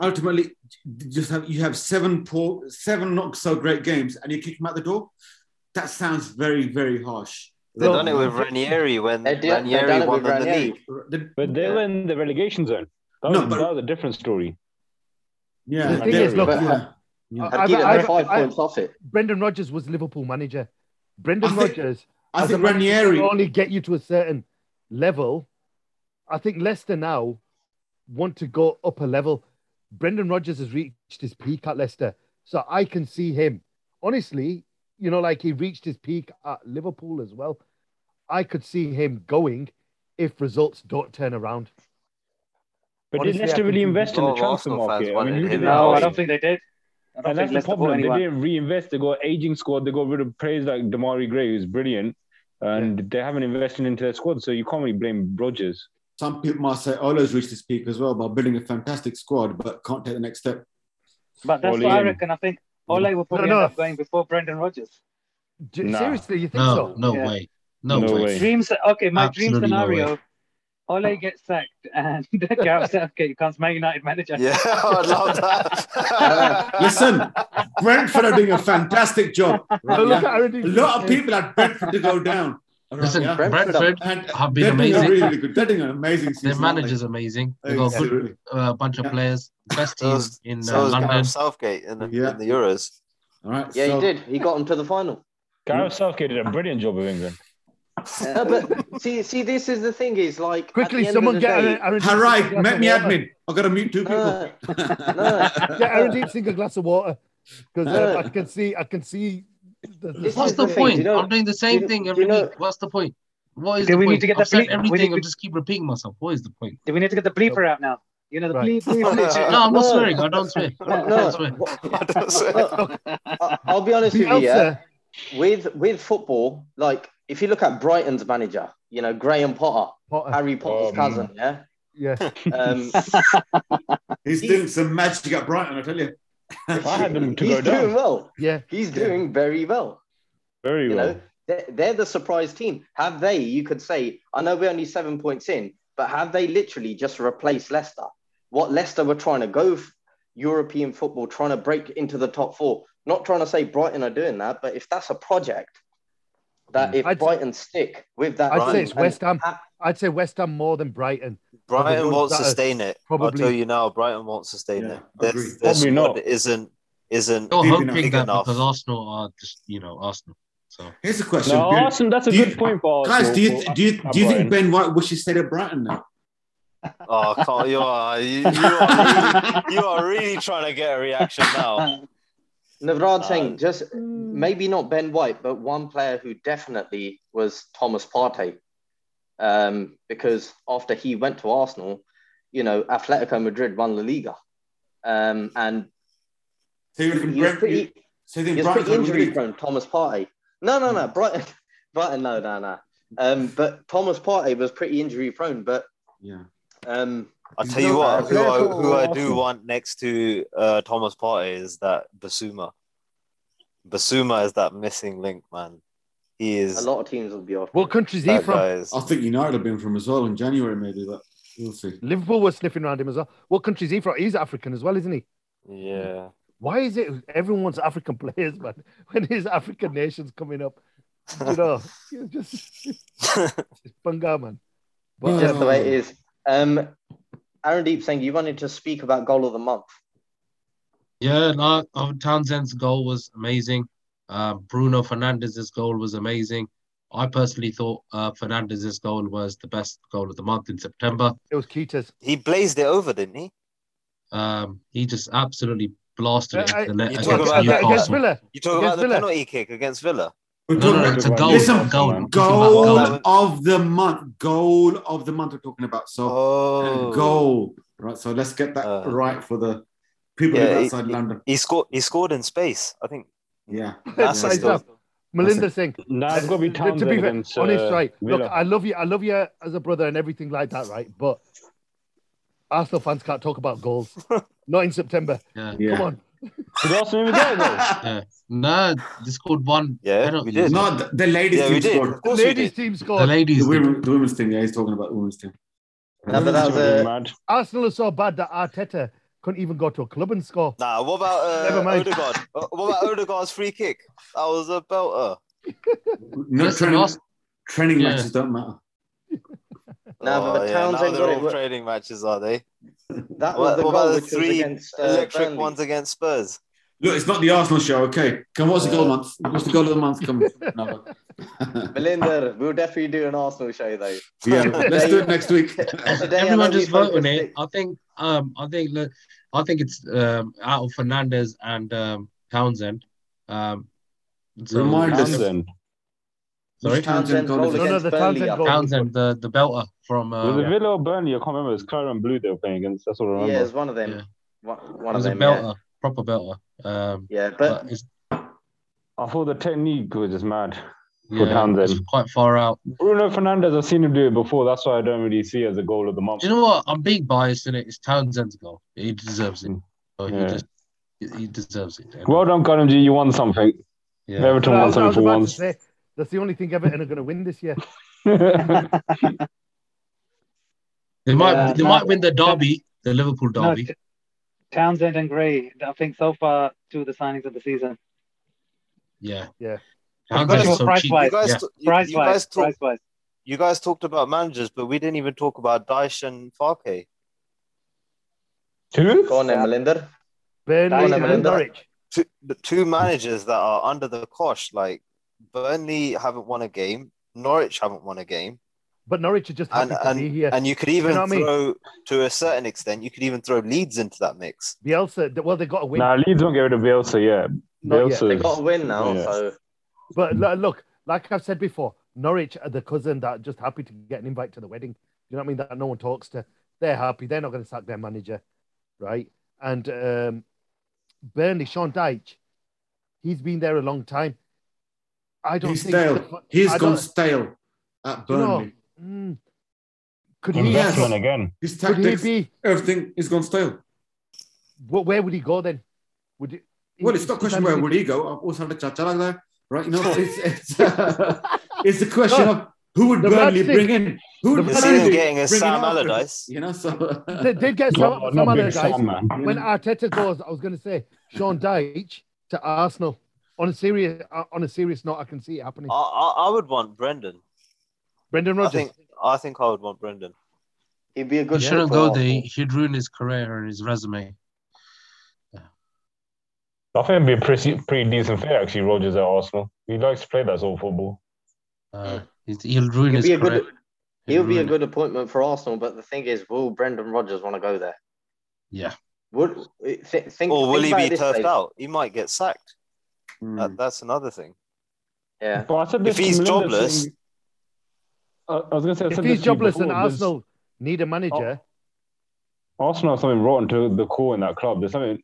ultimately, you just have you have seven poor, seven not so great games, and you kick them out the door. That sounds very, very harsh.
They've
No.
done it with Ranieri when
They did- they done
Ranieri
it with
won the
Ranieri.
league.
The-
But they were in the relegation zone. That
No,
was,
but-
that was a different story.
Yeah,
The thing is, look,
But-
yeah.
I- I've-
Hakira, they're
I've-
five
I've-
points off it.
Brendan Rodgers was Liverpool manager. Brendan
I think-
Rodgers
I
as a
think
manager can
Ranieri.
only get you to a certain level. I think Leicester now want to go up a level. Brendan Rodgers has reached his peak at Leicester, so I can see him. Honestly, you know, like he reached his peak at Liverpool as well. I could see him going if results don't turn around.
But
Honestly, I
did Leicester really
think-
invest in the
Oh,
transfer
Arsenal fans
market? I
wanted
mean, who
him
did they
No, I
buy?
don't think they did. I don't
And
think
that's the
Leicester bought
problem. They
anyone.
didn't reinvest. They got aging squad. They got rid of players like Damari Gray, who's brilliant, and they haven't invested into their squad. So you can't really blame Rodgers.
Some people might say Ola's reached his peak as well by building a fantastic squad, but can't take the next step.
But that's
Ole
what I
in.
reckon. I think Ole will probably
No, no.
end up going before Brendan Rodgers.
J-
Nah.
Seriously, you think
No,
so?
no
Yeah.
way. No,
No
way.
way.
Dreams. Okay, my dream
Absolutely no way.
scenario: Ole gets sacked and Gareth Southgate becomes Man United manager.
Yeah, I love that.
Listen, Brentford are doing a fantastic job.
But
Right,
look
yeah?
at Aaron
A
Dean-
lot of people had Brentford to go down. Right,
Listen,
yeah?
Brentford
Brentford,
and
have
they're
been
doing a
amazing.
really good. They're doing an amazing
Their
season. aren't they?
manager's amazing. They got a good
Absolutely.
uh, bunch of
Yeah.
players. Best
So
team
is-
in
so
uh,
is
London.
Gareth Southgate in the,
Yeah.
in the Euros.
All right.
Yeah,
so-
he did. He got them to the final.
Gareth Southgate did a brilliant job of England.
Yeah, Uh, but see, see, this is the thing: is like at
Quickly,
the end
someone
of the
get
day,
Aaron, Aaron Dean
All right,
Singh a glass
make
of
me
water.
admin. I've got to mute two
Uh,
people.
no.
Get Aaron Deep Singh a glass of water because um,
Uh.
No.
I can see, I can see. The,
This
What's
is
the
the thing,
point?
you know-
I'm doing the
you-
same thing
you
every
know-
week. What's the point? What is
Okay,
the
we need
point?
to get
I've
the
said
bleep- we
everything. I
need to-
just keep repeating myself. What is the point?
Do we need to get the bleeper out now? You know the
Right.
bleep, bleep, bleep.
No, I'm not
No.
swearing. I don't swear.
No,
I don't swear.
I- I'll be honest with you. Yeah,
Bielsa,
with with football, like if you look at Brighton's manager, you know Graham Potter,
Potter,
Harry Potter's
Um,
cousin. Yeah,
yeah.
um,
He's doing some magic at Brighton, I tell you.
I had them to
he's
go down
doing well.
Yeah.
he's doing very well.
very
You
well.
know, they're, they're the surprise team. Have they? You could say, I know we're only seven points in, but have they literally just replaced Leicester? What Leicester were trying to go, f- European football, trying to break into the top four. Not trying to say Brighton are doing that, but if that's a project, that if
Mm. I'd-
Brighton stick with that,
I'd
team
say it's
and
West Ham.
ha-
I'd say West Ham more than Brighton. Are the
Brighton
ones
won't
that are
sustain it. I'll
probably-
tell you now, Brighton won't sustain
Yeah,
it. Their,
agree.
their
Probably
squad
not.
isn't isn't
You're
Maybe not
hoping
big
that
enough.
because Arsenal are just, you know, Arsenal. So
Here's a question.
No,
Ben.
Arsenal, that's a
do you-
good point for
Guys,
Arsenal.
do you
for-
do you,
at
do you think
Brighton.
Ben White wishes stayed at Brighton now?
Oh, Carl, you are you, you are really, you are really trying to get a reaction now.
Navrad
Uh,
Singh, just maybe not Ben White, but one player who definitely was Thomas Partey. Um, because after he went to Arsenal, you know, Atletico Madrid won La Liga. Um, and
So you reckon
he was
Brent,
pretty,
so you think
he was pretty
Brighton
injury prone, Thomas Partey. No, no, no,
Hmm.
Brighton, Brighton, no, no, no. Um, but Thomas Partey was pretty injury prone, but
Yeah.
um,
I'll tell
No,
you
uh,
what, who I,
Liverpool
who
or
I do
Arsenal?
want next to uh, Thomas Partey is that Basuma. Basuma is that missing link, man. He
a
is
lot of teams will be off.
What country's he
that
from?
guy is
Oh.
I think United have been from as well in January, maybe, but we'll see.
Liverpool was sniffing around him as well. What country's he from? He's African as well, isn't he?
yeah.
Why is it everyone's African players, man? When his African nation's coming up, you know, you just it's bunga, man. But
Just
um,
the way it is. Um, Aaron Deep saying you wanted to speak about goal of the month.
yeah, no, oh, Townsend's goal was amazing. Uh, Bruno Fernandez's goal was amazing. I personally thought uh, Fernandez's goal was the best goal of the month in September.
it was Keita's.
He blazed it over, didn't he?
Um, he just absolutely blasted it
Uh, I-
into the net
You
against
talk about that
Newcastle.
against Villa.
You talk
Against
about the
Villa.
penalty kick against Villa.
We're
No,
talking
no, no,
about
it's a goal.
Listen,
It's a goal. It's about
goal
goal.
That
of the month. Goal of the month we're talking about. So
Oh,
goal. Right. So let's get that
Uh,
right for the people
yeah,
live
it-
outside
it-
London.
He scored. He scored in space. I think.
Yeah.
That's
Size
still,
up. Melinda Singh.
Nah, it's got to be
To
Townsend
be fair,
against uh,
honest, right?
Villa.
Look, I love you. I love you as a brother and everything like that, right? But Arsenal fans can't talk about goals. Not in September.
Yeah.
Yeah.
Come on.
Did Arsenal even get a goal?
No, they scored one.
Yeah,
penalty.
we did.
No, the, the ladies
yeah,
team
we did.
scored.
Of course, we
Ladies
did.
team
The
scored.
ladies.
The
did.
women, the women's team. Yeah, he's talking about the women's team.
No, but that was
Should've been
a,
mad.
Arsenal are so bad that Arteta couldn't even go to a club and score.
Nah, what about uh,
Never mind.
Odegaard? Uh, What about Odegaard's free kick? That was a belter.
No
Listen,
training,
Ars-
training
Yeah.
matches don't matter.
No,
oh,
but
yeah, now
Townsend
they're
got
all
it.
training matches, are they?
that
What-
was the goal
what about the
which was
three
against uh,
Electric
Burnley.
ones against Spurs.
Look, it's not the Arsenal show. Okay. Come, what's the goal month? What's the goal of the month coming? No.
Melinda, we'll definitely do an Arsenal show though.
yeah. Let's do it next week.
Today, I
Everyone
know we
just vote on
focused-
it. I think. Um, I think. Look, I think it's um out of Fernandez and um, Townsend. Um, so
Remind us.
Townsend.
Sorry?
Townsend's goal
against-
No, no,
against
the
Burnley.
Townsend
I
goal.
think.
Townsend, the the belter from.
Oh,
Was
Uh,
it Villa or Burnley? I can't remember. It was Clara and Blue they were playing against. That's all I
Yeah,
remember.
it's one of them.
Yeah.
One,
it
one of
was a
them. Yeah,
belter, proper belter. Um,
yeah,
but,
but
it's,
I thought the technique was just mad.
yeah,
Townsend.
it's quite far out.
Bruno Fernandez, I've seen him do it before. That's why I don't really see it as a goal of the month.
Do you know what? I'm being biased in it. It's Townsend's goal. He deserves it. Oh, he
Yeah.
just he- he deserves it.
Well done, Colin G. You won something.
yeah.
Everton
I
won
was, I was
something for
about to
once.
say that's the only thing Everton are going to win this year.
They might
Yeah,
they
no.
might win the derby, the Liverpool
No,
derby.
T- Townsend and Gray. I think so far two of the signings of the season.
Yeah.
Yeah.
Townsend
Especially
is so
price
cheap.
wise.
You guys,
yeah.
t- you,
Price
you guys
wise,
talk,
price wise.
you guys talked about managers, but we didn't even talk about Dyche and Farke.
Two?
go on then, Melinda.
Burnley
Dyche
and
and
Norwich.
Two, the two managers that are under the cosh, like Burnley haven't won a game, Norwich haven't won a game,
But Norwich are just happy to
and
be
and,
here.
and you could even
know what I mean?
throw to a certain extent, you could even throw Leeds into that mix.
Bielsa, th- well, they got to win.
Nah, Leeds won't get rid of Bielsa yet.
Not yet.
They
Bielsa's.
got a win now,
Yeah.
so
But lo- look, like I've said before, Norwich are the cousin that are just happy to get an invite to the wedding. You know what I mean? That no one talks to. They're happy. They're not going to sack their manager, right? And um, Burnley, Sean Dyche, he's been there a long time. I don't
He's
think
stale. He's
I
gone
don't-
stale at
you know,
Burnley.
mm, could he?
Investment again.
His
Could he
tactics,
be?
everything is gone stale.
Wh- Where would he go then? Would he,
Well, it's not a question where would he go. I've always had a chacha like that, right? You know, it's it's, uh, it's the question of Who would
The bad
Burnley
thing-
bring in? Who would
the
bad
Burnley
thing- getting is
bring in
Sam
after?
Allardyce.
You know, so
They did get
No,
some,
no,
some other
big
guys.
Sam, man.
When Arteta goes, I was going to say Sean Dyche to Arsenal. On a serious, uh, on a serious note, I can see it happening.
I, I, I would want Brendan.
Brendan
I
Rodgers.
think I think I would want Brendan.
He'd be a
He
good fit
shouldn't
for
go there.
Arsenal.
He'd ruin his career and his resume.
I think it'd be a pretty, pretty decent fit actually. Rogers at Arsenal. He likes to play that sort of football.
Uh, he's- he'll ruin
He'll
his
be a
career.
good. He'll be a
ruin it.
good appointment for Arsenal, but the thing is, will Brendan Rodgers want to go there?
Yeah.
Would th- think?
Or will
think
he
about
be
it this
turfed
way.
out? He might get sacked.
Hmm.
Mm,
That, that's another thing.
yeah,
But I said
If
this to
he's
Melinda
jobless-
saying- I, I was gonna say, I
if
said
he's
this to you
jobless and
before, there's-
Arsenal need a manager,
Arsenal have something rotten to the core in that club. There's something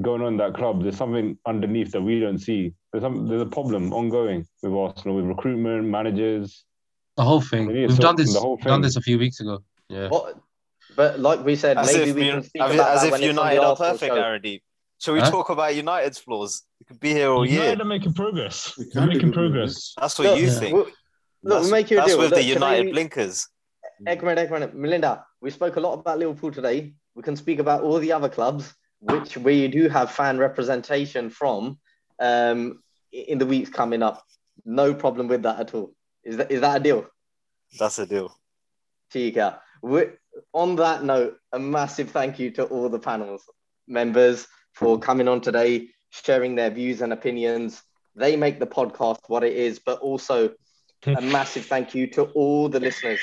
going on in that club. There's something underneath that we don't see. There's some, there's a problem ongoing with Arsenal with recruitment, managers.
The whole thing.
It is,
We've
so-
done this.
the whole
Done
thing.
this a few weeks ago. Yeah.
What, but like we said,
As
maybe
if,
we
you-
can speak
as,
about
as
that
if
when it's on
United
the
are
Arsenal
perfect,
show.
already. Shall we
Huh?
talk about United's flaws? We could be here all
United
year.
are making progress.
We
They're
can be
making
good with
progress.
That's what
Look,
you
Yeah.
think.
we'll- Look,
that's
we'll make you a
that's
deal.
with
Look,
the
today
United
we-
blinkers.
Ekman, Ekman, Melinda, we spoke a lot about Liverpool today. We can speak about all the other clubs, which we do have fan representation from um, in the weeks coming up. No problem with that at all. Is that, is that a deal,
That's a deal.
Chica? we on that note, a massive thank you to all the panels members for coming on today, sharing their views and opinions. They make the podcast what it is, but also a massive thank you to all the listeners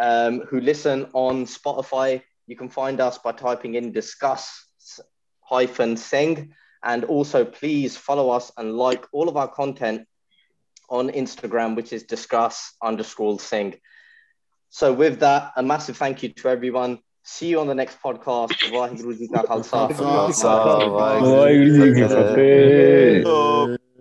um, who listen on Spotify. You can find us by typing in discuss hyphen sing. And also, please follow us and like all of our content on Instagram, which is discuss underscore sing. So, with that, a massive thank you to everyone. See you on the next podcast. Waheguru Ji Ka Khalsa.
Khalsa,
So,
Waheguru
like,
Waheguru Ji Ki
uh,
Fateh.
Uh,